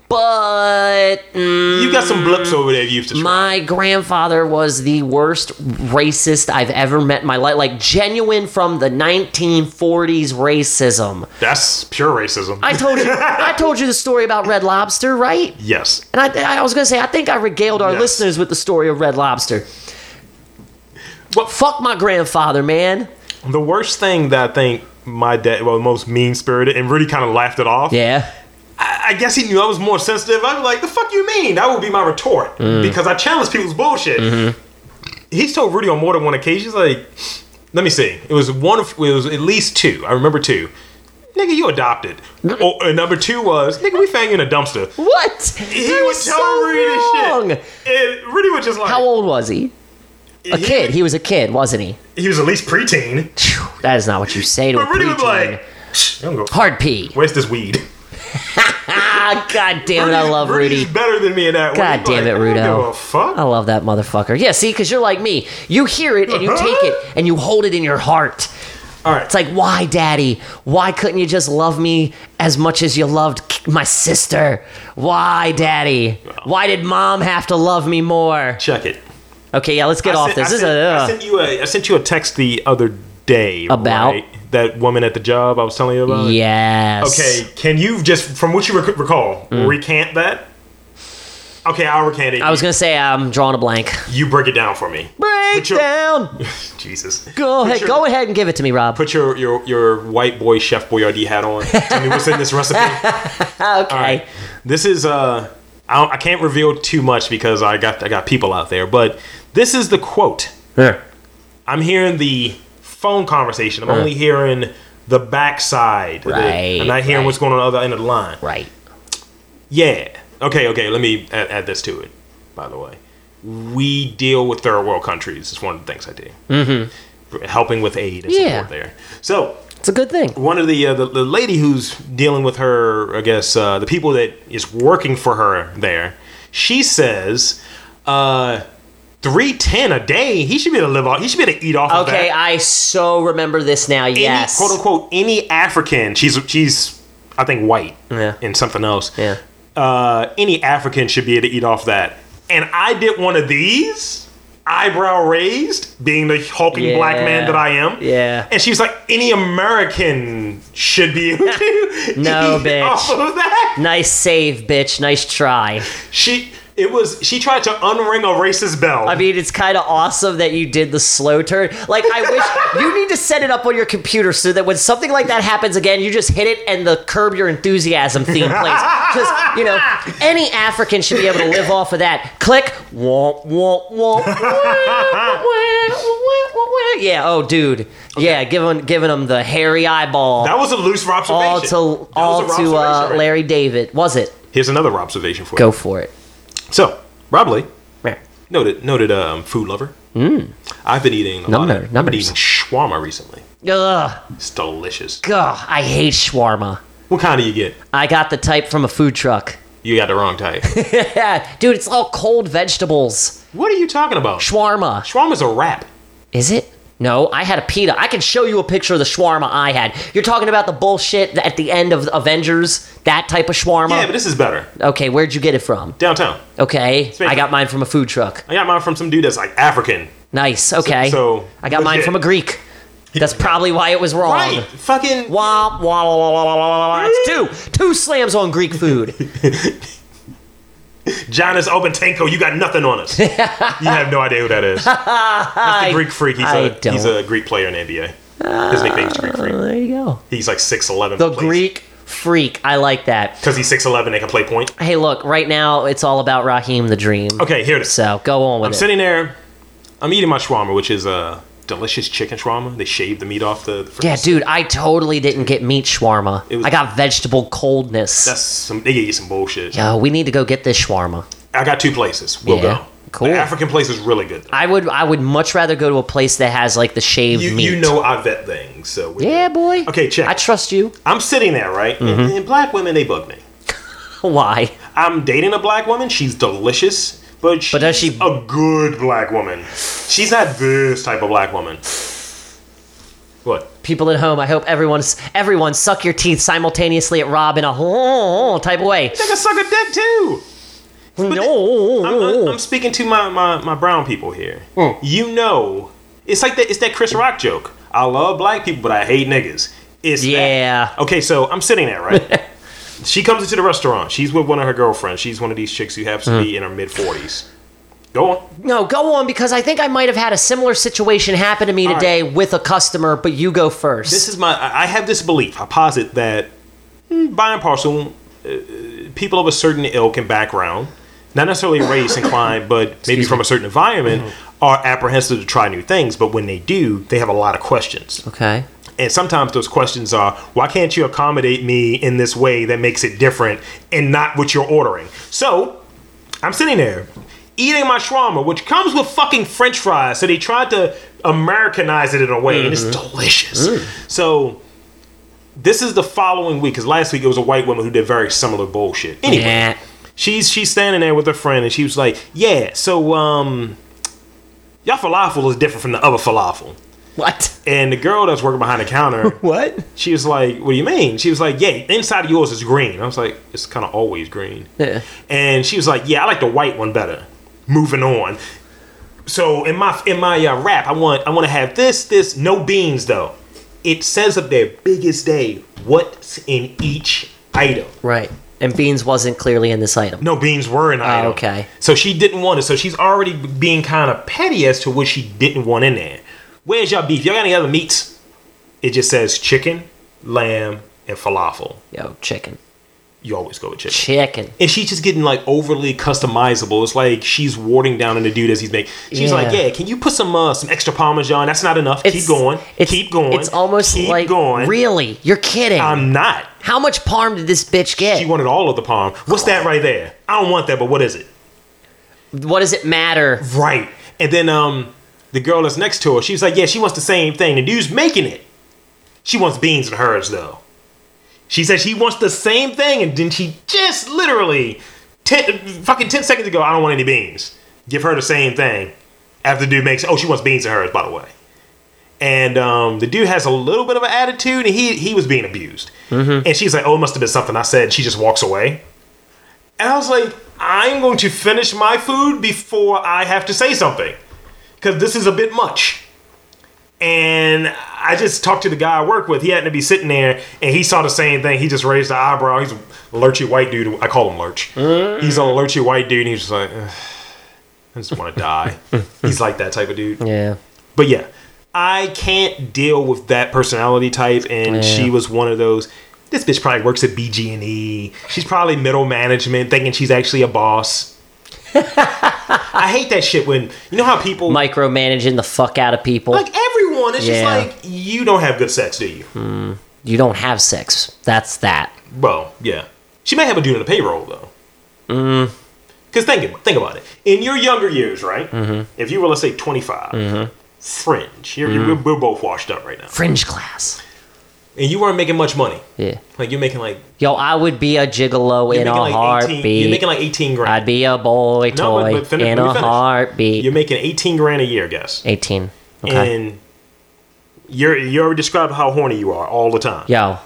A: but mm,
B: You've got some blips over there. You used to. try.
A: my grandfather was the worst racist I've ever met in my life. Like, genuine from the 1940s racism.
B: That's pure racism.
A: I told you, I told you the story about Red Lobster, right?
B: yes.
A: And I, I was going to say, I think I regaled our
B: Yes.
A: listeners with the story of Red Lobster.
B: What?
A: Fuck my grandfather, man.
B: The worst thing that I think my dad, well, most mean spirited, and really kind of laughed it off.
A: Yeah.
B: I, I guess he knew I was more sensitive. I was like, the fuck you mean? That would be my retort
A: Mm.
B: because I challenge people's bullshit.
A: Mm-hmm.
B: He's told Rudy on more than one occasion. He's like, let me see. It was one. Of, it was at least two. I remember two. Nigga, you adopted. or, and number two was, nigga, we fang in a dumpster.
A: What?
B: He
A: That
B: would
A: is
B: tell
A: so
B: Rudy this
A: wrong.
B: shit. And Rudy was just like,
A: How old was he? A
B: He-
A: kid. He was a kid, wasn't he?
B: he was at least preteen.
A: Phew, that is not what you say to a
B: But Rudy was
A: preteen.
B: like, "Shh, I'm gonna go
A: Hard P.
B: Where's this weed?
A: Ah, god damn it, I love
B: Rudy's
A: Rudy.
B: better than me in that.
A: God
B: way. He's
A: damn it,
B: like, I don't
A: Rudo.
B: give a fuck.
A: I love that motherfucker. Yeah, see, because you're like me. You hear it and you
B: Uh-huh.
A: take it and you hold it in your heart.
B: All right.
A: It's like, why, daddy? Why couldn't you just love me as much as you loved k- my sister? Why, daddy? Why did mom have to love me more?
B: check it.
A: Okay, yeah, let's get
B: I
A: off
B: sent-
A: this.
B: I
A: this
B: sent,
A: is a. uh,
B: I
A: ugh.
B: sent you a. I sent you a text the other day
A: About?
B: right? that woman at the job I was telling you about.
A: yes.
B: Okay. Can you just from what you rec- recall recant that? Okay, I'll recant it.
A: Mm. I was gonna say I'm drawing a blank.
B: you break it down for me.
A: Break
B: But you're-
A: down.
B: Jesus.
A: Go
B: Put
A: ahead.
B: your-
A: Go ahead and give it to me, Rob.
B: Put your, your, your white boy chef boyardee hat on. Tell me what's in this recipe.
A: okay.
B: All right. This is uh, I, don't, I can't reveal too much because I got I got people out there, but this is the quote. I'm hearing the phone conversation. I'm only hearing the backside. of it.
A: Mm. Right,
B: I'm not hearing
A: right.
B: what's going on the other end of the line.
A: Right.
B: Yeah. Okay. Okay. Let me add, add this to it. By the way, we deal with third world countries. It's one of the things I do. Mm-hmm. Helping with aid and
A: Yeah.
B: support there. So
A: It's a good thing.
B: one of the, uh, the the lady who's dealing with her, I guess uh, the people that is working for her there, she says, uh, three ten a day. He should be able to live off. He should be able to eat off. of
A: Okay,
B: that.
A: I so remember this now.
B: Any,
A: Yes.
B: quote unquote any African. She's she's I think white
A: Yeah.
B: and something else.
A: Yeah.
B: Uh, any African should be able to eat off that. And I did one of these, eyebrow raised, being the hulking black man
A: Yeah.
B: that I am.
A: Yeah.
B: And she was like, any American should be able to
A: No,
B: eat
A: bitch.
B: off of that.
A: Nice save, bitch. Nice try.
B: She it was she tried to unring a racist bell.
A: I mean, it's kind of awesome that you did the slow turn. Like, I wish you need to set it up on your computer so that when something like that happens again, you just hit it and the curb your enthusiasm theme plays. Because, you know, any African should be able to live off of that. Click. Womp, womp, womp. Yeah, oh, dude. Yeah, giving, giving him the hairy eyeball.
B: that was a loose observation.
A: all
B: That was
A: to
B: a
A: all to uh,
B: observation.
A: Larry David. Was it?
B: Here's another observation for
A: Go for it.
B: you. So, Rob Lee,
A: Meh.
B: noted noted um, food lover. I've been eating a lot
A: Mm. Number-
B: of, I've been
A: numbers.
B: eating shawarma recently.
A: Ugh,
B: It's delicious.
A: gah, I hate shawarma.
B: What kind do you get?
A: I got the type from a food truck.
B: You got the wrong type.
A: Dude, it's all cold vegetables.
B: what are you talking about?
A: Shawarma.
B: Shawarma's a wrap.
A: Is it? No, I had a pita. I can show you a picture of the shawarma I had. You're talking about the bullshit that- at the end of Avengers, that type of
B: Yeah,
A: shawarma.
B: but this is better.
A: okay, where'd you get it from?
B: Downtown.
A: Okay, I got mine from a food truck.
B: I got mine from some dude that's like African.
A: Nice. Okay,
B: so-
A: I got mine
B: legit.
A: from a Greek. That's probably why it was wrong.
B: Right. Fucking.
A: Wah, wah, wah, wah, wah, wah, wah, wah. It's two. Two slams on Greek food.
B: Giannis Obentanko, you got nothing on us. you have no idea who that is. That's the Greek freak. He's,
A: I
B: a
A: don't.
B: he's a Greek player in the NBA. His nickname is Greek
A: Well,
B: Freak.
A: there you go.
B: He's like 6'11.
A: The Greek freak. I like that.
B: Because he's 6'11, they can play point.
A: Hey, look, right now it's all about Raheem the Dream.
B: Okay, here it is.
A: So go on with
B: I'm
A: it.
B: sitting there. I'm eating my shawarma, which is a delicious chicken shawarma. They shave the meat off the. the
A: yeah, dude, I totally didn't get meat shawarma.
B: was-
A: I got vegetable coldness.
B: That's some. They give you some bullshit.
A: Yo, we need to go get this shawarma.
B: I got two places. We'll
A: Yeah,
B: go.
A: cool.
B: The African place is really good.
A: I would I would much rather go to a place that has like the shaved
B: You,
A: meat.
B: you know I vet things, so we-
A: Yeah, boy.
B: Okay, check.
A: I Mm-hmm. trust you.
B: I'm sitting there, right? And, and black women, they bug me.
A: Why?
B: I'm dating a black woman. She's delicious, but she's
A: does she-
B: a good black woman. She's not this type of black woman. What?
A: People at home, I hope everyone's everyone suck your teeth simultaneously at Rob in a type of way.
B: They can suck a dick too.
A: No,
B: I'm, I'm, I'm speaking to my, my, my brown people here. You know, it's like that. It's that Chris Rock joke. I love black people, but I hate niggas. It's that.
A: Yeah.
B: Okay, so I'm sitting there, right? she comes into the restaurant. She's with one of her girlfriends. She's one of these chicks who happens to be in her mid 40s. Go on.
A: No, go on because I think I might have had a similar situation happen to me
B: right.
A: today with a customer, but you go first.
B: This is my. I I have this belief. I posit that, mm, by and parcel, uh, people of a certain ilk and background, not necessarily race inclined, but maybe from a certain environment, are apprehensive to try new things. But when they do, they have a lot of questions.
A: okay.
B: And sometimes those questions are, why can't you accommodate me in this way that makes it different and not what you're ordering? So I'm sitting there eating my shawarma, which comes with fucking french fries. So they tried to Americanize it in a way, and it's delicious. So this is the following week, because last week it was a white woman who did very similar bullshit. Anyway
A: Yeah.
B: she's she's standing there with her friend and she was like, "Yeah, so um, y'all falafel is different from the other falafel."
A: What?
B: And the girl that's working behind the counter,
A: What?
B: she was like, "What do you mean?" She was like, "Yeah, inside of yours is green." I was like, "It's kind of always green."
A: Yeah.
B: And she was like, "Yeah, I like the white one better." Moving on. So in my in my uh, wrap, I want I want to have this this no beans though. It says up there, biggest day, what's in each item.
A: Right. And beans wasn't clearly in this item.
B: No, beans were an item.
A: Oh, okay.
B: So she didn't want it. So she's already being kind of petty as to what she didn't want in there. Where's y'all beef? Y'all got any other meats? It just says chicken, lamb, and falafel.
A: Yo, chicken.
B: You always go with chicken.
A: Chicken.
B: And she's just getting like overly customizable. It's like she's warding down on the dude as he's making. She's like,
A: Yeah.
B: "Yeah, can you put some uh, some extra parmesan? That's not enough.
A: It's-
B: keep going.
A: It's,
B: keep going.
A: It's almost
B: keep
A: like
B: going.
A: really. You're kidding.
B: I'm not.
A: How much parm did this bitch get?
B: She wanted all of the palm. What's that right there? I don't want that, but what is it?
A: what does it matter?
B: Right. And then um the girl that's next to her, she was like, Yeah, she wants the same thing. The dude's making it. She wants beans and hers though. She said she wants the same thing, and then she just literally ten fucking ten seconds ago, I don't want any beans. Give her the same thing. After the dude makes oh, she wants beans and hers, by the way. And um, the dude has a little bit of an attitude, and he he was being abused. And she's like, "Oh, it must have been something I said." And she just walks away. And I was like, I'm going to finish my food before I have to say something. Because this is a bit much. And I just talked to the guy I work with. He happened to be sitting there and he saw the same thing. He just raised the eyebrow. He's a lurchy white dude. I call him Lurch. He's a lurchy white dude. And he's just like, "Ugh, I just want to die. he's like that type of dude.
A: Yeah.
B: But yeah, I can't deal with that personality type, and
A: Yeah.
B: she was one of those. This bitch probably works at BG and E. She's probably middle management, thinking she's actually a boss. I hate that shit when you know how people
A: Micromanaging the fuck out of people.
B: like everyone. It's
A: Yeah. Hmm.
B: just like you don't have good sex, do you?
A: you don't have sex. That's that.
B: Well, yeah. She may have a dude on the payroll though.
A: Mm.
B: Because think think about it. In your younger years, right? Mm-hmm. If you were let's say twenty
A: Mm-hmm.
B: fringe. You're, you're, we're both washed up right now,
A: Fringe class.
B: and you weren't making much money.
A: Yeah.
B: Like you're making like
A: Yo, I would be a gigolo
B: you're
A: in a
B: making like
A: heartbeat.
B: 18, you're making like 18 grand.
A: I'd be a boy
B: No, but-
A: toy
B: but finish-
A: in
B: let me
A: a
B: finish.
A: heartbeat.
B: You're making 18 grand a year, guess.
A: 18. Okay.
B: And you're you already described how horny you are all the time.
A: Yo,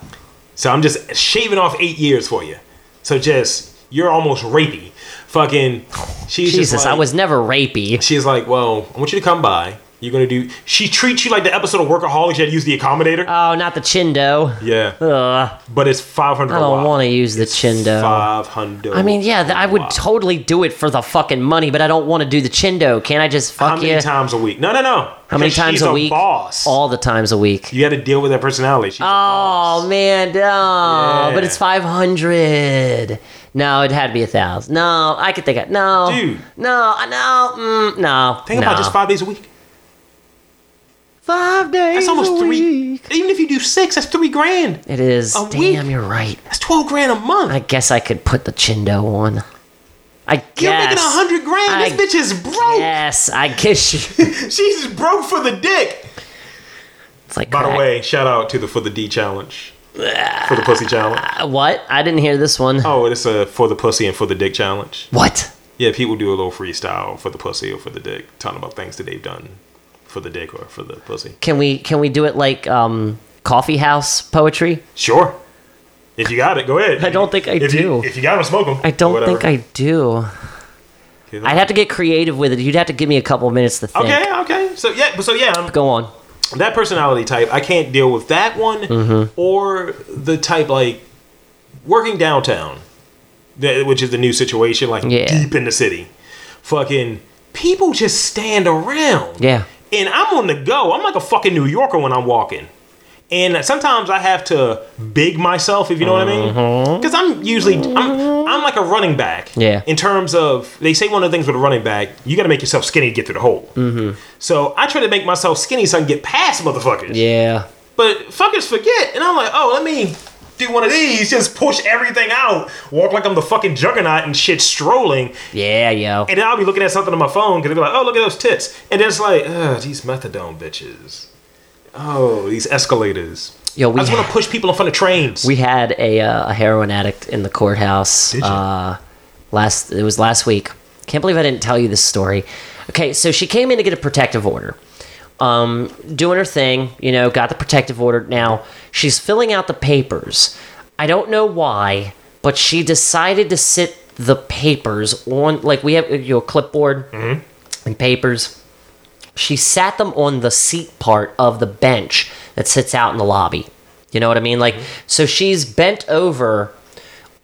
B: So I'm just shaving off 8 years for you. So just you're almost rapey. Fucking she's
A: Jesus,
B: just like,
A: I was never rapey.
B: she's like, "Well, I want you to come by. You're going to do She treats you like the episode of Workaholics that used the accommodator.
A: Oh, not the chindo.
B: yeah. Oh,
A: Ugh,
B: But it's 500
A: I don't want to use the chindo.
B: 500.
A: I mean, yeah, th- I would totally do it for the fucking money, but I don't want to do the chindo. Can't I just
B: How
A: fuck
B: many
A: you
B: times a week? No, no, no.
A: how many
B: Because
A: times
B: she's
A: a week?
B: Boss.
A: All the times a week.
B: You got to deal with that personality. She's a
A: Oh man, no, but
B: Yeah.
A: it's five hundred. No, it had to be a thousand. No, I could think of no,
B: Dude.
A: No, I- no, mm, no.
B: Think
A: no.
B: about just five days a week.
A: five days.
B: That's almost
A: a
B: three.
A: week.
B: Even if you do six, that's three grand.
A: It is.
B: A
A: Damn,
B: week.
A: you're right.
B: That's twelve grand a month.
A: I guess I could put the chindo on. I guess.
B: You're making a hundred grand.
A: I
B: this bitch is broke.
A: Yes, I guess you.
B: She's broke for the dick.
A: It's like
B: By the
A: crack.
B: way, shout out to the for the D challenge, for the pussy challenge.
A: Uh, what? I didn't hear this one.
B: Oh, it's a for the pussy and for the dick challenge.
A: What?
B: Yeah, people do a little freestyle for the pussy or for the dick, talking about things that they've done for the dick or for the pussy.
A: Can we can we do it like um coffee house poetry?
B: Sure. If you got it, go ahead.
A: I don't think I
B: if
A: do.
B: You, if you got them, smoke them.
A: I don't think I do.
B: Okay,
A: I'd have to get creative with it. You'd have to give me a couple of minutes to think.
B: Okay, okay. So yeah, so yeah, I'm,
A: Go on.
B: that personality type, I can't deal with that one
A: Mm-hmm.
B: or the type like working downtown, that- which is the new situation, like
A: Yeah.
B: deep in the city. Fucking people just stand around.
A: Yeah.
B: And I'm on the go. I'm like a fucking New Yorker when I'm walking. And sometimes I have to big myself, if you know what I mean. Because I'm usually I'm I'm like a running back.
A: Mm-hmm. Yeah.
B: In terms of they say one of the things with a running back, you got to make yourself skinny to get through the hole. Mm-hmm. So I try to make myself skinny so I can get past motherfuckers.
A: Yeah.
B: But fuckers forget, and I'm like, oh, let me do one of these, just push everything out, walk like I'm the fucking juggernaut and shit, strolling,
A: Yeah, yo.
B: and then I'll be looking at something on my phone because they'll be like, oh, look at those tits. And then it's like, ugh, these methadone bitches. Oh, these escalators.
A: Yo, we
B: I just want
A: had-
B: to push people in front of trains.
A: We had a, uh, a heroin addict in the courthouse.
B: Did you?
A: Uh, last it was last week. Can't believe I didn't tell you this story. Okay, so she came in to get a protective order. Um, doing her thing, you know, got the protective order. Now she's filling out the papers. I don't know why, but she decided to sit the papers on like we have uh, your clipboard and papers. She sat them on the seat part of the bench that sits out in the lobby. You know what I mean? Like, so she's bent over,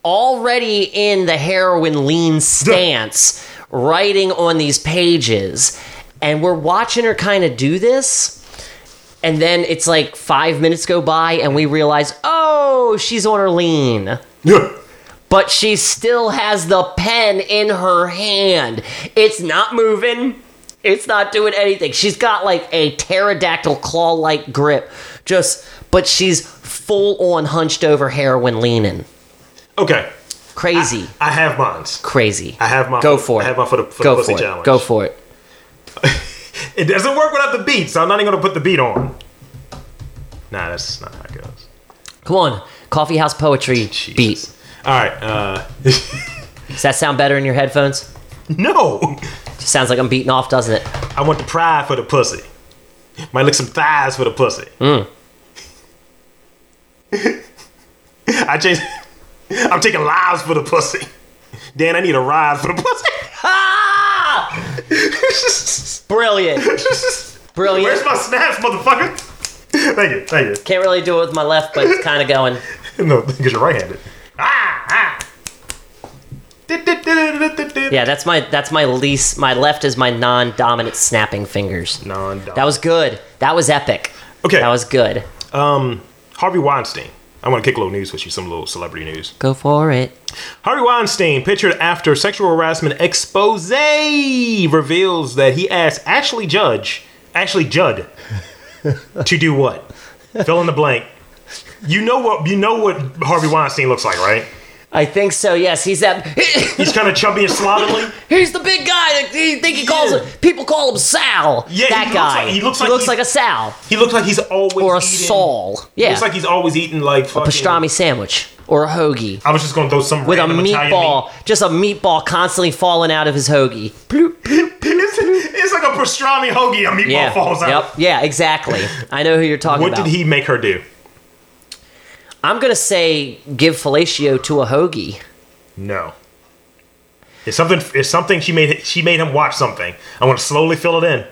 A: already in the heroin lean stance, writing on these pages. And we're watching her kind of do this. And then it's like five minutes go by, and we realize, oh, she's on her lean but she still has the pen in her hand. It's not moving. It's not doing anything. She's got like a pterodactyl claw like grip. Just but she's full on hunched over heroin leaning.
B: okay.
A: Crazy.
B: I have mines.
A: Crazy.
B: I have my
A: Go
B: foot-
A: for it.
B: I have my foot up for the
A: Go
B: pussy
A: for it.
B: challenge.
A: Go for it.
B: It doesn't work without the beat, so I'm not even going to put the beat on. Nah, that's not how it goes.
A: Come on. Coffee house poetry beat.
B: Jesus. All right. Uh,
A: Does that sound better in your headphones?
B: no.
A: Just sounds like I'm beating off, doesn't it?
B: I want the pride for the pussy. Might lick some thighs for the pussy.
A: Mm.
B: I changed. I'm taking lives for the pussy. Dan, I need a ride for the pussy.
A: Ah! Brilliant.
B: Where's
A: Brilliant.
B: my snaps, motherfucker? Thank you, thank
A: Can't really do it with my left, but it's kind of going.
B: you. No, because you're right-handed. Ah, ah.
A: Yeah, that's my that's my least my left is my non-dominant snapping fingers.
B: Non.
A: That was good. That was epic.
B: okay.
A: That was good.
B: Harvey Weinstein. I want to kick a little news with you, some little celebrity news.
A: Go for it.
B: Harvey Weinstein, pictured after sexual harassment expose, reveals that he asked Ashley Judge, Ashley Judd, to do what? Fill in the blank. You know what? You know what Harvey Weinstein looks like, right?
A: I think so. Yes, he's that
B: He's kind of chubby and slovenly.
A: he's the big guy that he think he calls
B: Yeah.
A: it. People call him Sal.
B: Yeah,
A: that
B: he looks
A: guy.
B: like- he looks like he's-
A: a Sal
B: He looks like he's always
A: or a
B: eating,
A: Saul. Yeah.
B: Looks like he's always eating like fucking,
A: pastrami sandwich or a hoagie
B: I was just gonna throw some
A: with a
B: random Italian meat.
A: meatball, just a meatball constantly falling out of his hoagie.
B: It's, it's like a pastrami hoagie. A meatball
A: Yeah.
B: falls out.
A: Yep. Yeah, exactly. I know who you're talking
B: What
A: about.
B: did he make her do?
A: I'm gonna say give fellatio to a hoagie.
B: No. It's something. It's something she made. She made him watch something. I want to slowly fill it in.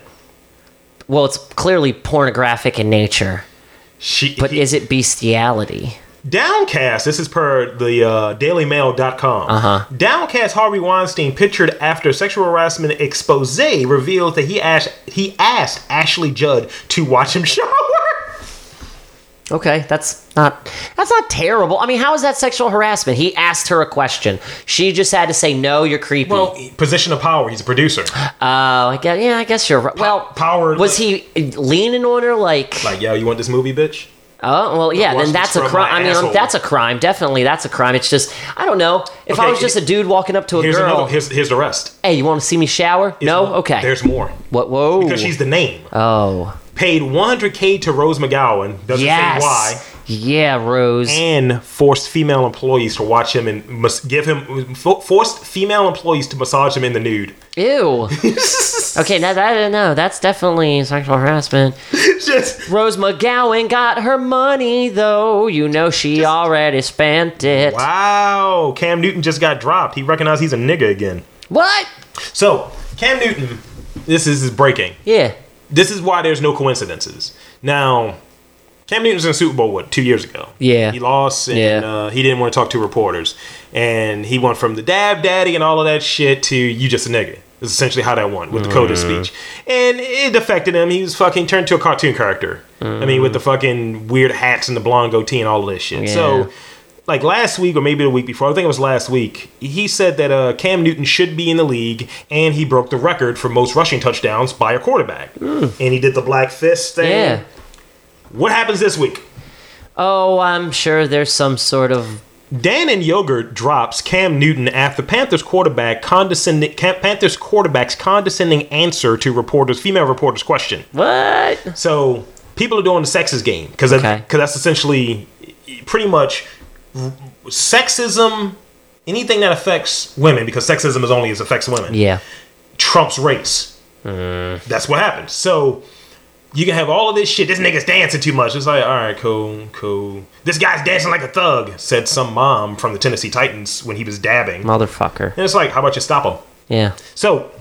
A: Well, it's clearly pornographic in nature,
B: She.
A: but
B: he-
A: is it bestiality?
B: Downcast. This is per the uh, DailyMail.com.
A: Uh-huh.
B: Downcast Harvey Weinstein pictured after sexual harassment expose reveals that he asked he asked Ashley Judd to watch him shower.
A: Okay, that's not that's not terrible. I mean, how is that sexual harassment? He asked her a question. She just had to say no. You're creepy.
B: Well, position of power. He's a producer.
A: oh, I guess yeah, I guess you're right. Well,
B: power-
A: was he leaning on her like?
B: Like, yo, you want this movie, bitch?
A: oh, well, yeah.
B: watch
A: Then
B: me
A: that's a
B: scrub
A: crime.
B: my
A: I mean,
B: asshole.
A: that's a crime. Definitely, that's a crime. It's just I don't know. If I
B: Okay,
A: was just a dude walking up to a
B: Here's
A: girl,
B: another. Here's, here's the rest.
A: hey, you want to see me shower? No, okay.
B: There's more.
A: what? Whoa.
B: Because she's the name.
A: oh,
B: paid 100k to Rose McGowan. Doesn't
A: yes.
B: say why.
A: Yeah, Rose.
B: And forced female employees to watch him and mas- give him fo- forced female employees to massage him in the nude.
A: Ew. okay, now that uh, no, that's definitely sexual harassment.
B: Just
A: Rose McGowan got her money though. You know she already spent it.
B: wow, Cam Newton just got dropped. He recognized he's a nigga again.
A: What?
B: So Cam Newton, this is, is breaking.
A: Yeah.
B: This is why there's no coincidences. Now, Cam Newton's in the Super Bowl what two years ago.
A: Yeah.
B: he lost, and
A: Yeah.
B: uh, he didn't want to talk to reporters, and he went from the dab daddy and all of that shit to you just a nigga. Is essentially how that went with the Coda speech, and it affected him. He was fucking turned to a cartoon character. I mean, with the fucking weird hats and the blonde goatee and all of this shit.
A: Yeah.
B: So, like last week or maybe the week before, I think it was last week. He said that uh, Cam Newton should be in the league, and he broke the record for most rushing touchdowns by a quarterback. And he did the black fist thing.
A: Yeah.
B: What happens this week?
A: Oh, I'm sure there's some sort of
B: Dan and Yogurt drops Cam Newton after Panthers quarterback condescending Cam- Panthers quarterback's condescending answer to reporters female reporters question.
A: what?
B: So people are doing the sexist game because
A: Okay.
B: that's essentially pretty much r- sexism. Anything that affects women because sexism is only as affects women.
A: Yeah. Mm.
B: Trump's race. That's what happens. So you can have all of this shit. This nigga's dancing too much. It's like, all right, cool, cool. This guy's dancing like a thug, said some mom from the Tennessee Titans when he was dabbing. And
A: Motherfucker.
B: it's like, how about you stop him?
A: Yeah.
B: So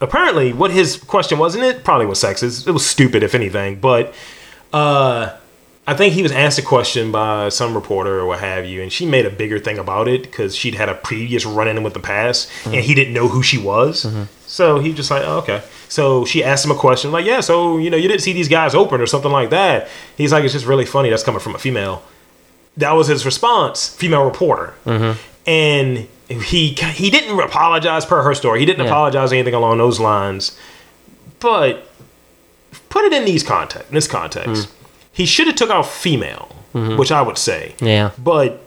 B: apparently, what his question was, and it probably was sexist. It was stupid, if anything. But uh, I think he was asked a question by some reporter or what have you, and she made a bigger thing about it because she'd had a previous run-in with the past, and he didn't know who she was. So he just like, oh, okay. So she asked him a question like, yeah, so you know, you didn't see these guys open or something like that. He's like, it's just really funny. That's coming from a female that was his response female reporter and he he didn't apologize per her story he didn't
A: Yeah.
B: apologize or anything along those lines but put it in these context in this context he should have took out female which i would say
A: Yeah.
B: but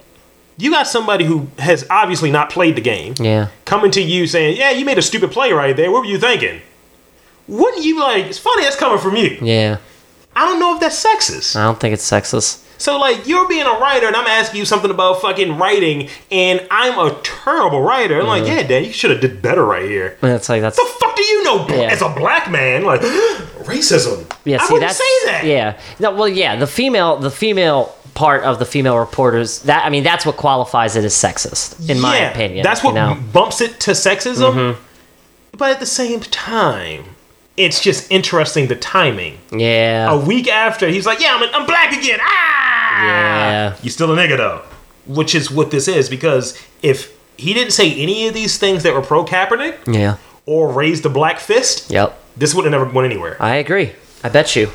B: you got somebody who has obviously not played the game
A: Yeah.
B: coming to you saying yeah you made a stupid play right there what were you thinking wouldn't you like it's funny that's coming from you
A: Yeah.
B: i don't know if that's sexist
A: I don't think it's sexist.
B: so like you're being a writer and I'm asking you something about fucking writing and I'm a terrible writer. I'm like,
A: Mm-hmm.
B: yeah, Dan, you should have did better right here.
A: It's like that's
B: The fuck do you know bl-
A: Yeah.
B: as a black man? Like racism.
A: yeah.
B: I
A: See,
B: wouldn't
A: that's
B: say that.
A: yeah. No, well, yeah. The female, the female part of the female reporters. That I mean, that's what qualifies it as sexist, in my
B: Yeah,
A: opinion.
B: That's what
A: You know? Mm-hmm.
B: bumps it to sexism. But at the same time, it's just interesting the timing.
A: Yeah.
B: A week after, he's like, "Yeah, I'm, I'm black again." Ah,
A: Yeah.
B: You still a nigga though, which is what this is because if he didn't say any of these things that were pro Kaepernick,
A: Yeah.
B: or raise the black fist,
A: Yep.
B: this would have never went anywhere.
A: I agree. I bet you.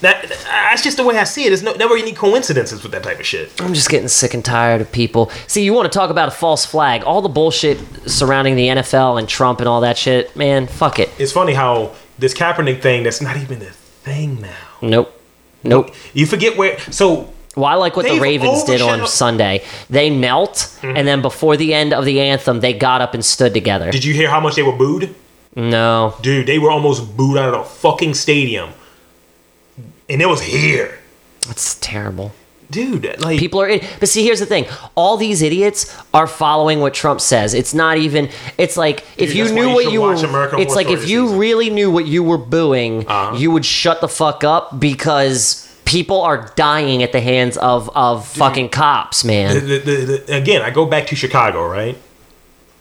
B: That, that's just the way I see it. There's no, never any coincidences with that type of shit.
A: I'm just getting sick and tired of people. See, you want to talk about a false flag? All the bullshit surrounding the NFL and Trump and all that shit. Man, fuck it.
B: It's funny how this Kaepernick thing, that's not even a thing now.
A: Nope. Nope.
B: You forget where. So,
A: Well, I like what the
B: They've
A: Ravens did on
B: overshadowed-
A: Sunday. They knelt,
B: Mm-hmm.
A: and then before the end of the anthem, they got up and stood together.
B: did you hear how much they were booed?
A: no.
B: Dude, they were almost booed out of the fucking stadium. And it was here.
A: That's terrible.
B: Dude, that, like.
A: People are, in- but see, here's the thing: all these idiots are following what Trump says. It's not even. It's like if
B: Dude,
A: you
B: that's why
A: knew
B: you
A: what
B: should
A: you
B: watch
A: were.
B: American
A: It's
B: Horror
A: like
B: Story
A: if
B: this
A: you
B: season. Uh-huh.
A: really knew what you were booing, you would shut the fuck up because people are dying at the hands of of fucking cops,
B: the,
A: man.
B: the, the, the- again, I go back to Chicago, right?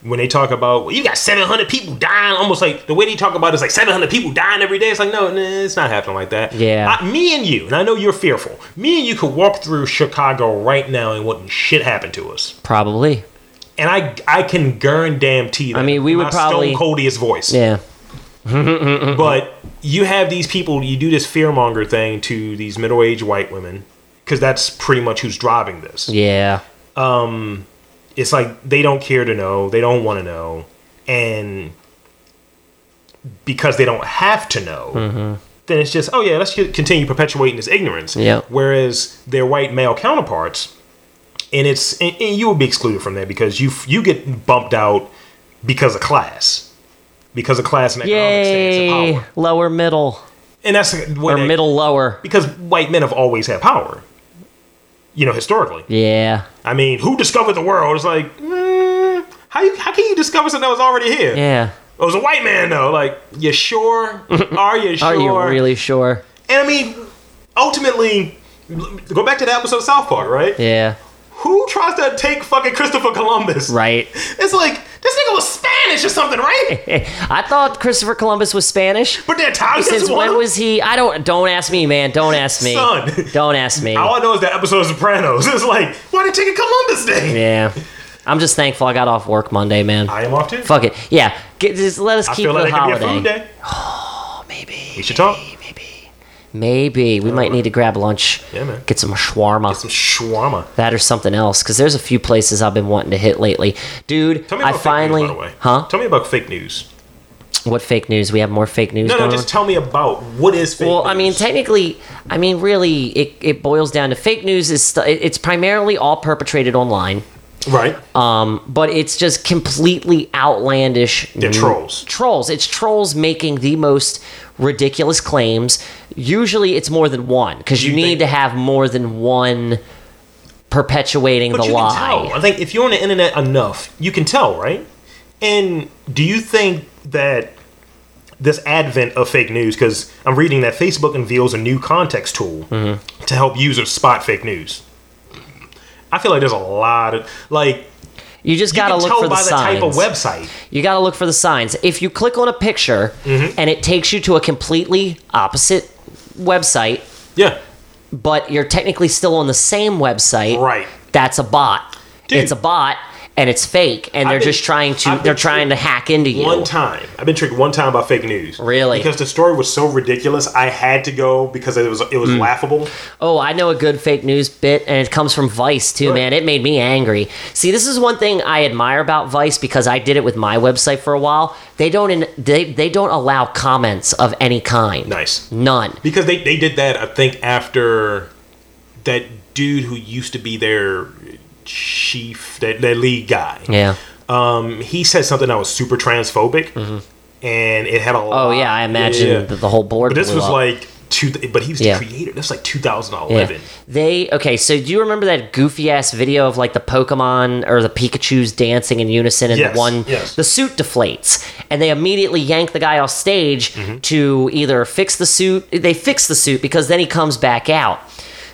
B: When they talk about well, you got 700 people dying, almost like the way they talk about it is like 700 people dying every day. It's like no, nah, it's not happening like that.
A: Yeah.
B: I, me and you, and I know you're fearful. Me and you could walk through Chicago right now and wouldn't shit happen to us.
A: Probably.
B: And I, I can guarantee that.
A: I mean, we
B: in
A: would
B: my
A: probably-
B: stone coldiest voice.
A: Yeah.
B: But you have these people, you do this fearmonger thing to these middle-aged white women, because that's pretty much who's driving this.
A: Yeah.
B: it's like they don't care to know, they don't want to know, and because they don't have to know,
A: Mm-hmm.
B: then it's just oh yeah, let's just continue perpetuating this ignorance.
A: Yeah.
B: Whereas their white male counterparts, and it's and, and you will be excluded from that because you you get bumped out because of class, because of class and economic status and
A: Yay!
B: power,
A: Lower middle
B: and that's the way
A: or
B: that-
A: middle lower.
B: because white men have always had power. You know, historically.
A: Yeah.
B: I mean, who discovered the world? It's like, mm, how you how can you discover something that was already here?
A: Yeah.
B: It was a white man though. Like, you sure? Are you sure?
A: Are you really sure?
B: And I mean, ultimately, go back to the episode of South Park, right?
A: Yeah.
B: Who tries to take fucking Christopher Columbus?
A: Right.
B: It's like this nigga was Spanish or something, right?
A: I thought Christopher Columbus was Spanish.
B: But the Italians
A: Since
B: won
A: when
B: him?
A: was he? I don't. Don't ask me, man. Don't ask me.
B: Son.
A: Don't ask me.
B: All I know is that episode of Sopranos. It's like, why did they take a Columbus Day?
A: Yeah. I'm just thankful I got off work Monday, man.
B: I am off too.
A: Fuck it. Yeah. Get, just let us
B: I
A: keep
B: feel like
A: the
B: it could be a food
A: holiday.
B: day.
A: Maybe.
B: We should talk.
A: Maybe. Maybe we might need to grab lunch.
B: Yeah, man.
A: Get some shawarma.
B: Some shawarma.
A: that or something else, because there's a few places I've been wanting to hit lately, dude.
B: Tell me
A: I
B: about
A: finally,
B: fake news, by the way.
A: huh?
B: Tell me about fake news.
A: What fake news? We have more fake news.
B: No, no,
A: going
B: just
A: on?
B: tell me about what is fake
A: Well,
B: news.
A: I mean, technically, I mean, really, it, it boils down to fake news is st- it- it's primarily all perpetrated online,
B: right.
A: um, but it's just completely outlandish.
B: They're trolls.
A: Trolls. It's trolls making the most ridiculous claims. Usually, it's more than one because you,
B: You
A: need
B: think-
A: to have more than one perpetuating
B: But
A: the
B: you
A: lie.
B: can tell. I think if you're on the internet enough, you can tell, right? And do you think that this advent of fake news, because I'm reading that Facebook unveils a new context tool
A: Mm-hmm.
B: to help users spot fake news. I feel like there's a lot of like
A: You just
B: you
A: gotta
B: can
A: look
B: tell
A: for the
B: by the
A: signs.
B: type of website.
A: You gotta look for the signs. If you click on a picture
B: Mm-hmm.
A: and it takes you to a completely opposite website,
B: Yeah,
A: but you're technically still on the same website,
B: Right.
A: That's a bot.
B: Dude.
A: It's a bot, and it's fake, and they're
B: been-
A: just trying to
B: I've been
A: they're trying to hack into you.
B: one time. I've been tricked one time by fake news.
A: Really?
B: Because the story was so ridiculous, I had to go because it was it
A: Mm.
B: was laughable.
A: Oh, I know a good fake news bit, and it comes from Vice too,
B: Right.
A: man. It made me angry. See, this is one thing I admire about Vice because I did it with my website for a while. They don't in, they they don't allow comments of any kind.
B: Nice.
A: None.
B: Because they, they did that, I think, after that dude who used to be their chief, that, that lead guy.
A: Yeah.
B: Um, he said something that was super transphobic, and it had a.
A: Mm-hmm. Oh yeah, I imagine that the whole board.
B: But this
A: blew
B: was
A: up.
B: like two. But he was
A: Yeah.
B: the creator. That's like 2011.
A: yeah. They okay. So do you remember that goofy ass video of like the Pokemon or the Pikachu's dancing in unison, and
B: Yes,
A: the one
B: yes.
A: the suit deflates, and they immediately yank the guy off stage
B: Mm-hmm.
A: to either fix the suit. They fix the suit because then he comes back out.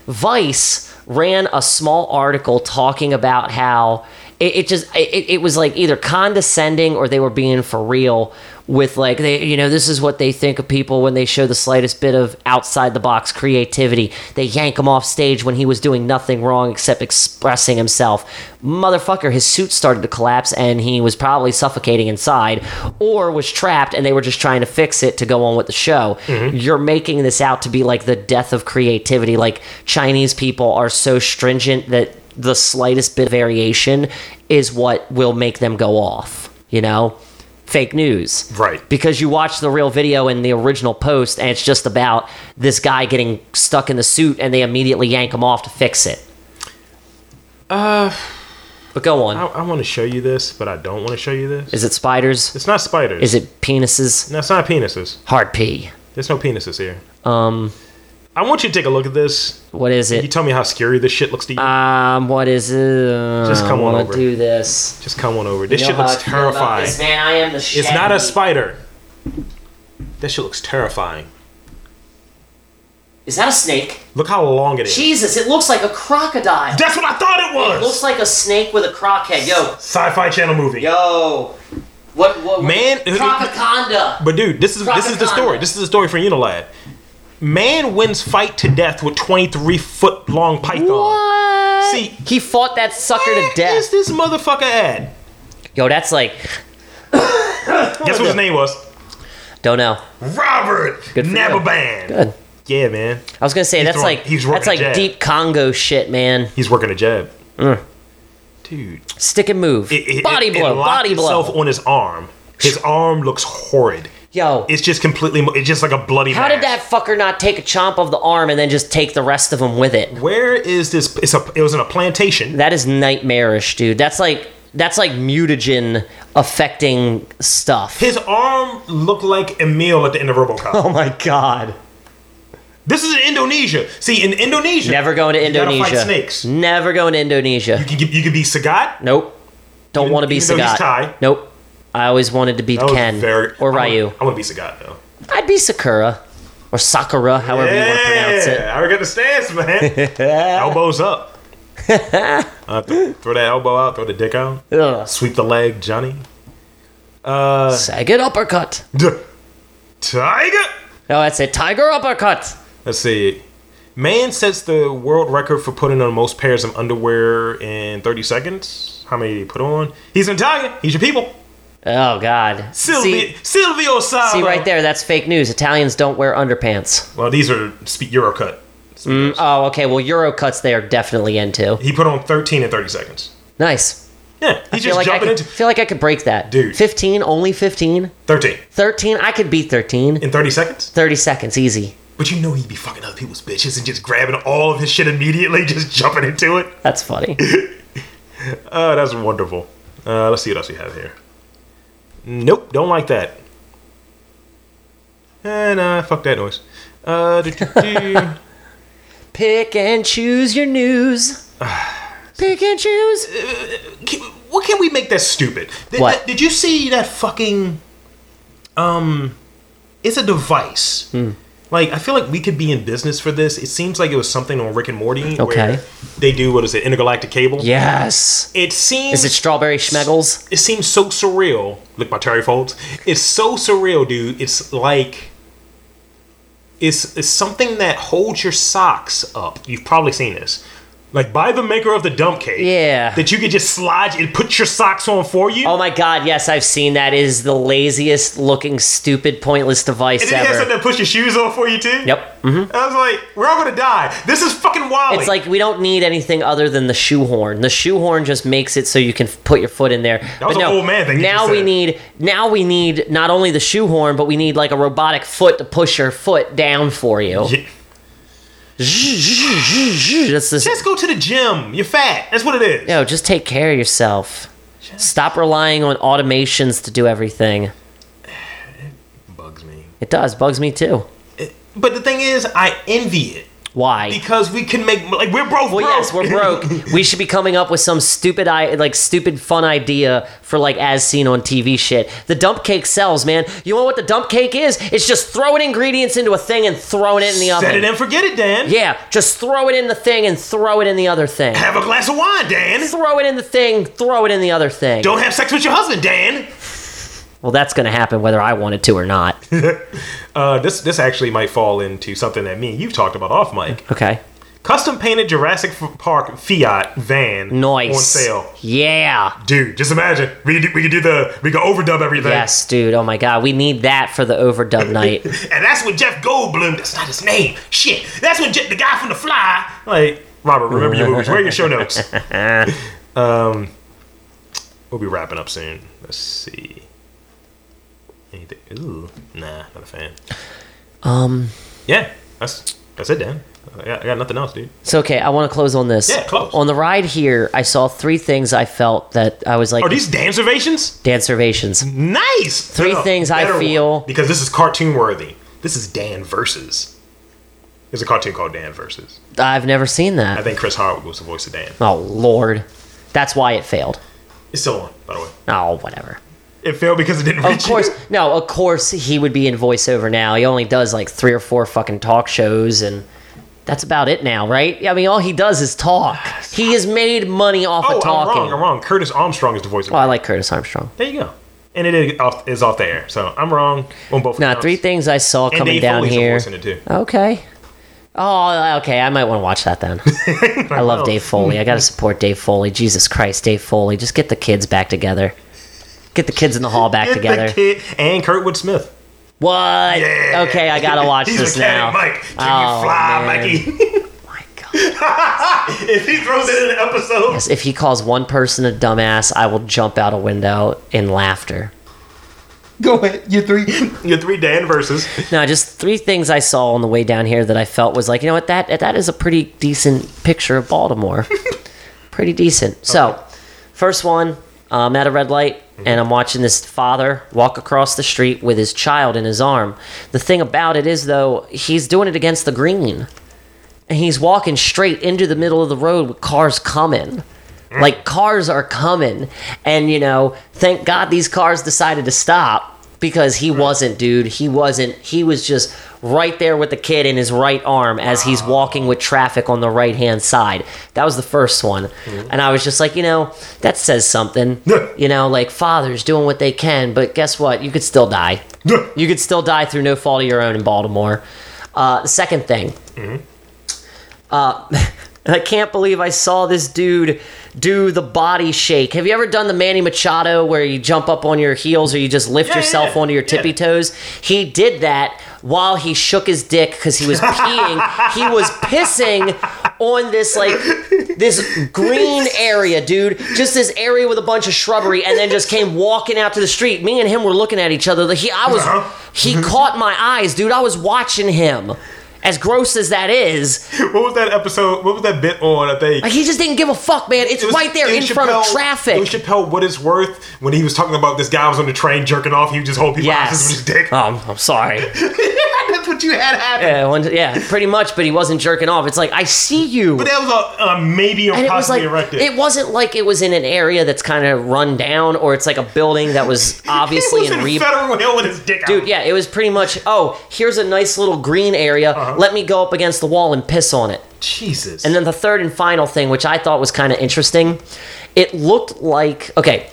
A: Vice ran a small article talking about how it, it just it, it was like either condescending or they were being for real with like they you know this is what they think of people when they show the slightest bit of outside the box creativity they yank him off stage when he was doing nothing wrong except expressing himself motherfucker his suit started to collapse and he was probably suffocating inside or was trapped and they were just trying to fix it to go on with the show you're making this out to be like the death of creativity like chinese people are so stringent that the slightest bit of variation is what will make them go off you know fake news
B: Right.
A: because you watch the real video and the original post and it's just about this guy getting stuck in the suit and they immediately yank him off to fix it uh but go on
B: I, I want to show you this, but I don't want to show you this.
A: is it spiders
B: It's not spiders.
A: is it penises
B: No, it's not penises.
A: hard p
B: There's no penises here. Um, I want you to take a look at this.
A: what is
B: You
A: it
B: tell me how scary this shit looks to you.
A: um what is it
B: Just come on
A: I wanna
B: over.
A: do this
B: Just come on over. This
A: You
B: shit
A: know how
B: looks
A: I feel about
B: terrifying.
A: this, man i am the
B: It's not a
A: shaggy.
B: spider. That shit looks terrifying.
A: is that a snake
B: Look how long it is.
A: jesus it looks like a crocodile
B: That's what I thought it was.
A: looks like a snake with a croc head yo
B: Sci-fi channel movie.
A: Yo, what? what
B: Man-
A: Crococonda.
B: But dude, this is this is the
A: Crococonda.
B: story. This is the story from Unilad. Man wins fight to death with 23 foot long python.
A: What?
B: See-
A: he fought that sucker to
B: Where is
A: death.
B: this motherfucker at?
A: Yo, that's like,
B: Guess what his name was?
A: don't know.
B: Robert
A: Good for you.
B: Nababan.
A: Good.
B: Yeah, man.
A: I was gonna say that's
B: throwing-
A: like
B: he's working
A: that's like
B: jab.
A: deep Congo shit, man.
B: He's working a jab. Dude.
A: Stick and move,
B: It- it-
A: Mm. body
B: it- it
A: blow,
B: locked
A: body blow.
B: itself on his arm. His arm looks horrid.
A: Yo,
B: It's just completely. It's just like a bloody.
A: how did
B: mass.
A: that fucker not take a chomp of the arm and then just take the rest of him with it?
B: Where is this? It's a. It was in a plantation.
A: That is nightmarish, dude. That's like that's like mutagen affecting stuff.
B: His arm looked like Emil at the end of RoboCop.
A: Oh my god.
B: This is in Indonesia. See, in Indonesia,
A: Never going to
B: you gotta
A: Indonesia.
B: Fight snakes. You
A: Never going to Indonesia.
B: could, you could be Sagat.
A: Nope. Don't
B: Even-
A: want to be
B: even though he's Thai.
A: Sagat. Nope. I always wanted to be
B: That was
A: Ken
B: very-
A: or
B: I wanna-
A: Ryu.
B: I want to be Sagat though.
A: I'd be Sakura or Sakura, however you want to pronounce it.
B: Yeah, I got the stance, man. Elbows up. I have to throw that elbow out. Throw the dick out.
A: Ugh.
B: Sweep the leg, Johnny.
A: Sag it uppercut.
B: D- Tiger.
A: No, that's it. Tiger uppercut.
B: Let's see. Man sets the world record for putting on most pairs of underwear in 30 seconds. How many did he put on? He's an Italian. He's your people.
A: Oh God,
B: Silvio,
A: See,
B: Silvio Saba.
A: see right there, that's fake news. Italians don't wear underpants.
B: Well, these are spe- Eurocut.
A: Mm, oh, okay. Well, Euro cuts they are definitely into.
B: He put on 13 in 30 seconds.
A: Nice.
B: Yeah, he's
A: feel
B: just
A: like I
B: jumping
A: could,
B: into
A: feel like I could break that,
B: Dude.
A: Fifteen, only fifteen.
B: 13
A: 13, I could beat 13.
B: in 30 seconds.
A: 30 seconds, easy.
B: But you know he'd be fucking other people's bitches and just grabbing all of his shit immediately, just jumping into it.
A: That's funny.
B: Oh, that's wonderful. Uh, let's see what else we have here. Nope, don't like that. And uh, fuck that noise. Uh, do, do, do.
A: Pick and choose your news. Pick and choose.
B: Can- what can we make that stupid? Did,
A: What?
B: did you see that fucking? Um, it's a device.
A: Hmm.
B: Like I feel like we could be in business for this. It seems like it was something on Rick and Morty
A: Okay.
B: where they do what is it, intergalactic cable?
A: Yes.
B: It seems
A: Is it strawberry schmeggles?
B: it seems so surreal. Look, my Terry folds. It's so surreal, dude. It's like it's, it's something that holds your socks up. You've probably seen this. Like by the maker of the dump cake.
A: Yeah.
B: That you could just slide and put your socks on for you.
A: Oh my god, yes, I've seen that. It Is the laziest looking, stupid, pointless device
B: and then it has
A: ever.
B: something to push your shoes on for you too.
A: Yep. Mm-hmm.
B: And I was like, we're all gonna die. This is fucking wild.
A: It's like we don't need anything other than the shoehorn. The shoehorn just makes it so you can f- put your foot in there. That
B: was an old man thing you
A: Now
B: just
A: we
B: said.
A: need now we need not only the shoehorn, but we need like a robotic foot to push your foot down for you. That's this
B: just go to the gym. You're fat. That's what it is.
A: Yo, just take care of yourself. Stop relying on automations to do everything.
B: Bugs me.
A: It does, bugs me too.
B: But the thing is, I envy it
A: Why?
B: because we can make like we're both
A: well,
B: broke.
A: yes, we're broke. we should be coming up with some stupid, I- like stupid fun idea for like as seen on TV shit. The dump cake sells, man. You know what the dump cake is? It's just throwing ingredients into a thing and throwing it in the
B: Set
A: oven.
B: it and forget it, Dan.
A: yeah, just throw it in the thing and throw it in the other thing.
B: Have a glass of wine, Dan.
A: throw it in the thing, throw it in the other thing.
B: Don't have sex with your husband, Dan.
A: well, that's gonna happen whether I wanted to or not.
B: Uh, this this actually might fall into something that me and you've talked about off mic.
A: Okay.
B: Custom painted Jurassic F- Park Fiat van
A: Nice.
B: on sale.
A: Yeah.
B: Dude, just imagine. We could do, we could do the we could overdub everything.
A: Yes, dude. Oh my god, we need that for the overdub night.
B: And that's when Jeff Goldblum. That's not his name. Shit. That's when Je- the guy from The Fly. Like Robert, remember your movies. Where are your show notes? um, we'll be wrapping up soon. Let's see. Anything? Ooh, nah, not a fan.
A: Um,
B: Yeah, that's that's it, Dan. I got, I got nothing else, dude.
A: it's okay. I want to close on this.
B: Yeah, close.
A: On the ride here, I saw three things I felt that I was like
B: Are these Dan servations?
A: dance servations.
B: Nice.
A: Three things I
B: better one,
A: feel-
B: because this is cartoon worthy. This is Dan versus. There's a cartoon called Dan versus.
A: I've never seen
B: I
A: that.
B: think Chris Hardwick was the voice of Dan.
A: Oh lord, that's why it failed.
B: It's still on, by the way.
A: Oh whatever.
B: It failed because it didn't
A: Of
B: reach you.
A: course, no. Of course, he would be in voiceover now. He only does like three or four fucking talk shows, and that's about it now, right? I mean, all he does is talk. He has made money off
B: Oh,
A: of talking.
B: I'm wrong. I'm wrong. Curtis Armstrong is the voice of.
A: Well, I like Curtis Armstrong.
B: There you go. And it is off, is off the air. So I'm wrong on both.
A: Now,
B: counts.
A: three things I saw
B: And
A: coming
B: Dave
A: down
B: Foley's the
A: here.
B: voice in it too.
A: Okay. Oh, okay. I might want to watch that then. I love Dave Foley. I got to support Dave Foley. Jesus Christ, Dave Foley. Just get the kids back together. Get the kids in the hall back
B: Get the
A: together.
B: kid and Kurtwood Smith.
A: What?
B: Yeah.
A: Okay, I got to watch
B: He's
A: this now.
B: Mechanic Mike, can
A: Oh,
B: you fly,
A: man.
B: Mikey?
A: My God.
B: if he throws it in an episode,
A: If he calls one person a dumbass, I will jump out a window in laughter.
B: go ahead. Your three, your three Dan verses.
A: No, just three things I saw on the way down here that I felt was like, you know what, that that is a pretty decent picture of Baltimore. pretty decent. So, first one, I'm at a red light and I'm watching this father walk across the street with his child in his arm. The thing about it is though, he's doing it against the green. And he's walking straight into the middle of the road with cars coming. Like cars are coming, and you know, thank God these cars decided to stop because he wasn't, dude. He wasn't. He was just right there with the kid in his right arm as he's walking with traffic on the right hand side. That was the first one, and I was just like, you know, that says something. you know, like fathers doing what they can, but guess what? You could still die. you could still die through no fault of your own in Baltimore. Uh, second thing, And I can't believe I saw this dude do the body shake. Have you ever done the Manny Machado where you jump up on your heels or you just lift
B: Yeah,
A: yourself
B: yeah,
A: onto your
B: yeah.
A: tippy toes? He did that while he shook his dick because he was peeing. he was pissing on this like this green area, dude. Just this area with a bunch of shrubbery, and then just came walking out to the street. Me and him were looking at each other. Like, He, I was,
B: Uh-huh.
A: he caught my eyes, dude. I was watching him. As gross as that is,
B: What was that episode? What was that bit on? I think
A: like he just didn't give a fuck, man. It's
B: It was-
A: right there
B: it
A: in
B: was
A: front of
B: Chappelle- It was
A: traffic.
B: Chappelle, what it's worth, when he was talking about this guy was on the train jerking off, he would just hold people's asses
A: Yes.
B: with his dick.
A: Um, I'm sorry.
B: That's what you had happen.
A: Yeah, one, yeah, pretty much. But he wasn't jerking off. It's like I see you.
B: But that was a, a maybe or
A: and it was
B: possibly
A: like
B: erected.
A: it wasn't like it was in an area that's kind of run down, or it's like a building that was obviously
B: He was
A: in
B: in
A: rebuild.
B: Federal Hill with his dick
A: Dude,
B: out.
A: yeah, it was pretty much. Oh, here's a nice little green area. Let me go up against the wall and piss on it.
B: Jesus.
A: And then the third and final thing, which I thought was kind of interesting, it looked like okay,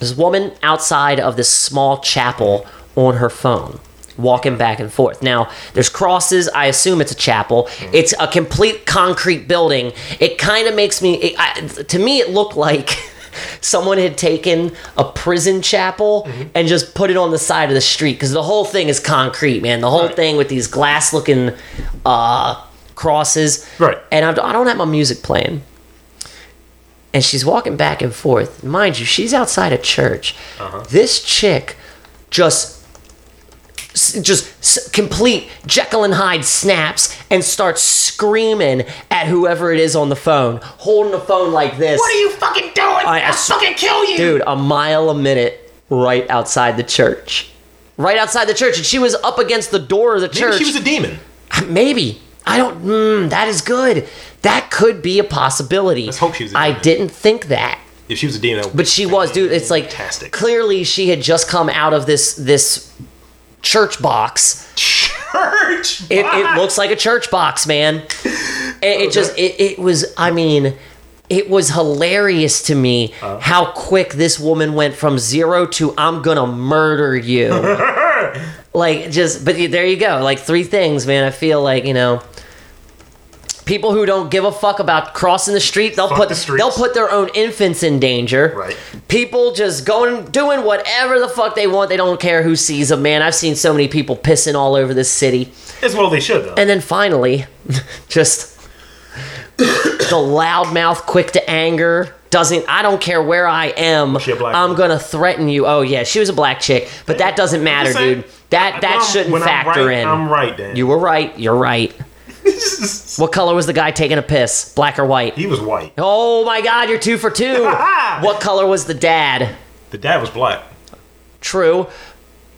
A: this woman outside of this small chapel on her phone, walking back and forth. Now, there's crosses. I assume it's a chapel. It's a complete concrete building. It kind of makes me, it, I, to me, it looked like. Someone had taken a prison chapel and just put it on the side of the street because the whole thing is concrete, man. The whole
B: Right.
A: thing with these glass-looking uh, crosses,
B: Right.
A: and I'm, I don't have my music playing. And she's walking back and forth. Mind you, she's outside a church.
B: Uh-huh.
A: This chick just s- just s- complete Jekyll and Hyde snaps and starts screaming at whoever it is on the phone, holding the phone like this.
B: what are you fucking doing?
A: I-
B: I,
A: I
B: will
A: s-
B: fucking kill you.
A: Dude, a mile a minute right outside the church. Right outside the church and she was up against the door of the
B: Maybe
A: church.
B: she was a demon.
A: Maybe. I don't. Mm, that is good. That could be a possibility.
B: Let's hope she was a
A: I
B: demon.
A: didn't think that,
B: If she was a demon, that would
A: but she was, dude. It's like
B: Fantastic.
A: clearly she had just come out of this this church box.
B: church.
A: It, it looks like a church box, man. It, it just it, it was. I mean, it was hilarious to me
B: Uh-huh.
A: how quick this woman went from zero to I'm gonna murder you. like just, but there you go. Like three things, man. I feel like you know. People who don't give a fuck about crossing the street, they'll
B: Fuck
A: put
B: the streets.
A: they'll put their own infants in danger.
B: Right.
A: People just going doing whatever the fuck they want. They don't care who sees them, man. I've seen so many people pissing all over this city.
B: As well they should, though.
A: And then finally, just the loudmouth, quick to anger, doesn't. I don't care where I am.
B: she a black
A: I'm
B: woman?
A: gonna threaten you. Oh yeah, she was a black chick, but that doesn't matter,
B: saying,
A: dude. That
B: When
A: that
B: I'm-
A: shouldn't
B: when I'm
A: factor
B: right,
A: in.
B: I'm right, Dan.
A: You were right. You're right. What color was the guy taking a piss? Black or white?
B: he was white.
A: Oh my God, you're two for two. what color was the dad?
B: The dad was black.
A: True.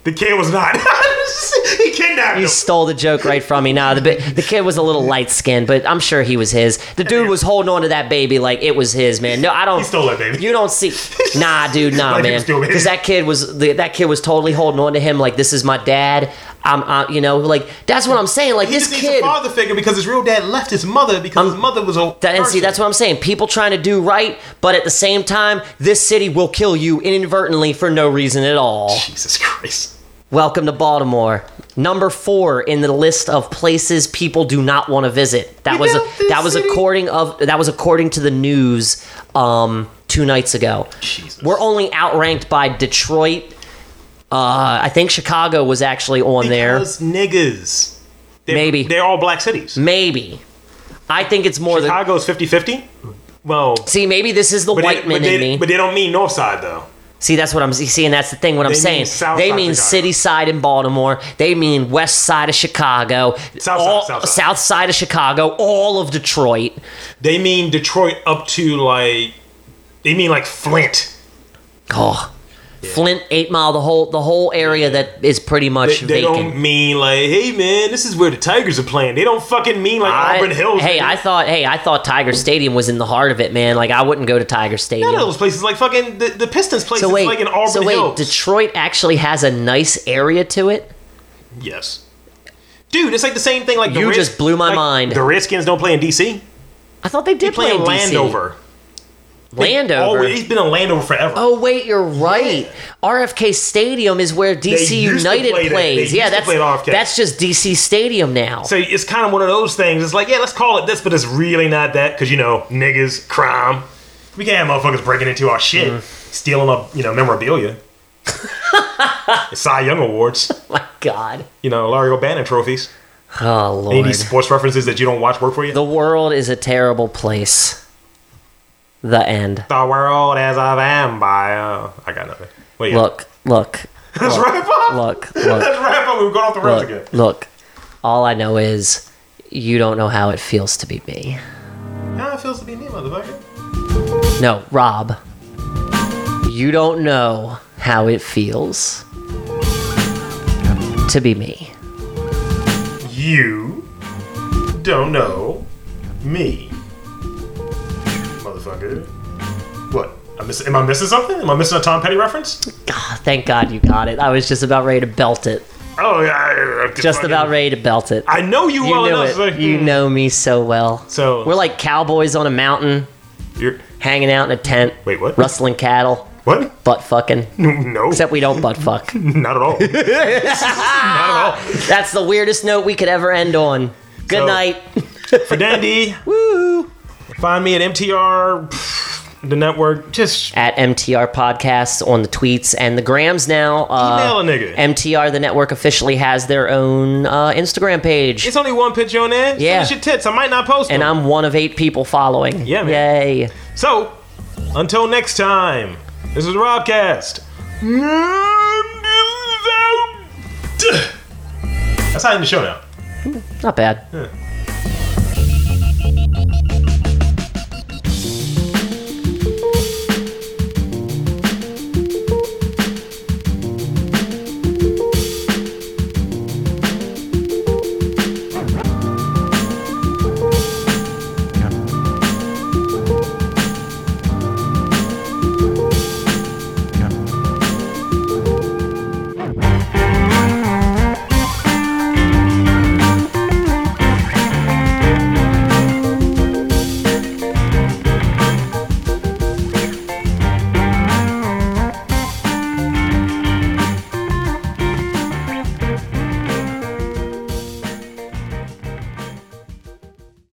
B: The kid was not. he kidnapped
A: You
B: him.
A: stole the joke right from me. Nah, the bi- the kid was a little light skinned, but I'm sure he was his. The dude was holding on to that baby like it was his, man. No, I don't.
B: He stole that baby.
A: You don't see. Nah, dude, nah,
B: Like it
A: man.
B: was doing it.
A: Because that kid was the, that kid was totally holding on to him like this is my dad. I'm, I, you know, like that's what I'm saying. Like
B: He
A: this
B: just needs
A: kid. Um,
B: a father figure because his real dad left his mother because his mother was a.
A: That, and see, that's what I'm saying. People trying to do right, but at the same time, this city will kill you inadvertently for no reason at all.
B: Jesus Christ.
A: Welcome to Baltimore. Number four in the list of places people do not want to visit. That
B: You
A: was a,
B: know this
A: that was
B: city?
A: according of that was according to the news um, two nights ago.
B: Jesus.
A: We're only outranked by Detroit. Uh, I think Chicago was actually on there.
B: Because niggas. They're,
A: Maybe.
B: They're all black cities.
A: Maybe. I think it's more than
B: Chicago's 50 50. Well,
A: see. Maybe this is the
B: but,
A: white
B: they,
A: man
B: but, they,
A: in me.
B: but they don't mean North Side, though.
A: See, that's what I'm seeing. That's the thing. What I'm
B: They mean
A: saying.
B: south
A: they
B: side
A: mean
B: Chicago.
A: city side in Baltimore. They mean west side of Chicago.
B: South side,
A: all,
B: south side.
A: side of Chicago. All of Detroit.
B: They mean Detroit up to like. They mean like Flint.
A: Oh, Flint, Eight Mile, the whole the whole area that is pretty
B: They,
A: much
B: they
A: vacant.
B: don't mean like, hey man, this is where the Tigers are playing. They don't fucking mean like
A: I-
B: Auburn Hills.
A: hey, I thought. Hey, I thought Tiger Stadium was in the heart of it, man. Like I wouldn't go to Tiger Stadium.
B: None of those places like fucking the, the Pistons place
A: so
B: is
A: wait,
B: like in Auburn
A: so wait,
B: Hills.
A: Detroit actually has a nice area to it.
B: Yes. Dude, it's like the same thing. Like the
A: You
B: Reds-
A: just blew my
B: like,
A: mind.
B: The Redskins don't play in DC.
A: I thought they did
B: They play in
A: in DC.
B: Landover.
A: Landover.
B: Always, he's been in Landover forever.
A: Oh wait, you're right. RFK Stadium is where DC
B: used to
A: United
B: play that. They
A: plays.
B: used
A: Yeah,
B: to
A: that's
B: play at RFK.
A: that's just DC Stadium now.
B: So it's kind of one of those things. It's like, yeah, let's call it this, but it's really not that because you know, niggas, crime. We can't have motherfuckers breaking into our shit,
A: Mm.
B: stealing our you know memorabilia, Cy Young awards,
A: My God.
B: you know, Larry O'Bannon trophies,
A: Oh Lord.
B: any sports references that you don't watch work for you.
A: The world is a terrible place. The end.
B: The world as I am by uh, I got nothing. Wait,
A: Look, look,
B: let's wrap up.
A: look, look,
B: Let's wrap up. We've gone off the rails again.
A: look, look. All I know is you don't know how it feels to be me.
B: How it feels to be me, motherfucker.
A: No, Rob. You don't know how it feels to be me.
B: You don't know me, motherfucker. What? I miss, am I missing something? Am I missing a Tom Petty reference?
A: Ah, thank God you got it. I was just about ready to belt it.
B: Oh, yeah. I- I
A: Just
B: fucking-
A: about ready to belt it.
B: I know you,
A: You
B: well
A: knew
B: enough.
A: it.
B: so-
A: you
B: hmm.
A: know me so well.
B: So-
A: we're like cowboys on a mountain,
B: You're,
A: hanging out in a tent,
B: wait, what?
A: rustling cattle,
B: What?
A: butt fucking.
B: No,
A: Except we don't butt fuck.
B: not at all. not at all.
A: That's the weirdest note we could ever end on. Good
B: So-
A: night.
B: For Dandy,
A: Woo.
B: find me at MTR, pff, the network. Just
A: At MTR Podcasts on the tweets and the grams now.
B: email a
A: Uh,
B: nigga.
A: MTR, the network, officially has their own uh, Instagram page.
B: it's only one picture on there. Send
A: Yeah.
B: us your tits. I might not post
A: and
B: them.
A: I'm one of eight people following.
B: Yeah, man.
A: Yay.
B: So, until next time, this is Robcast. That's how I end the show now.
A: Not bad.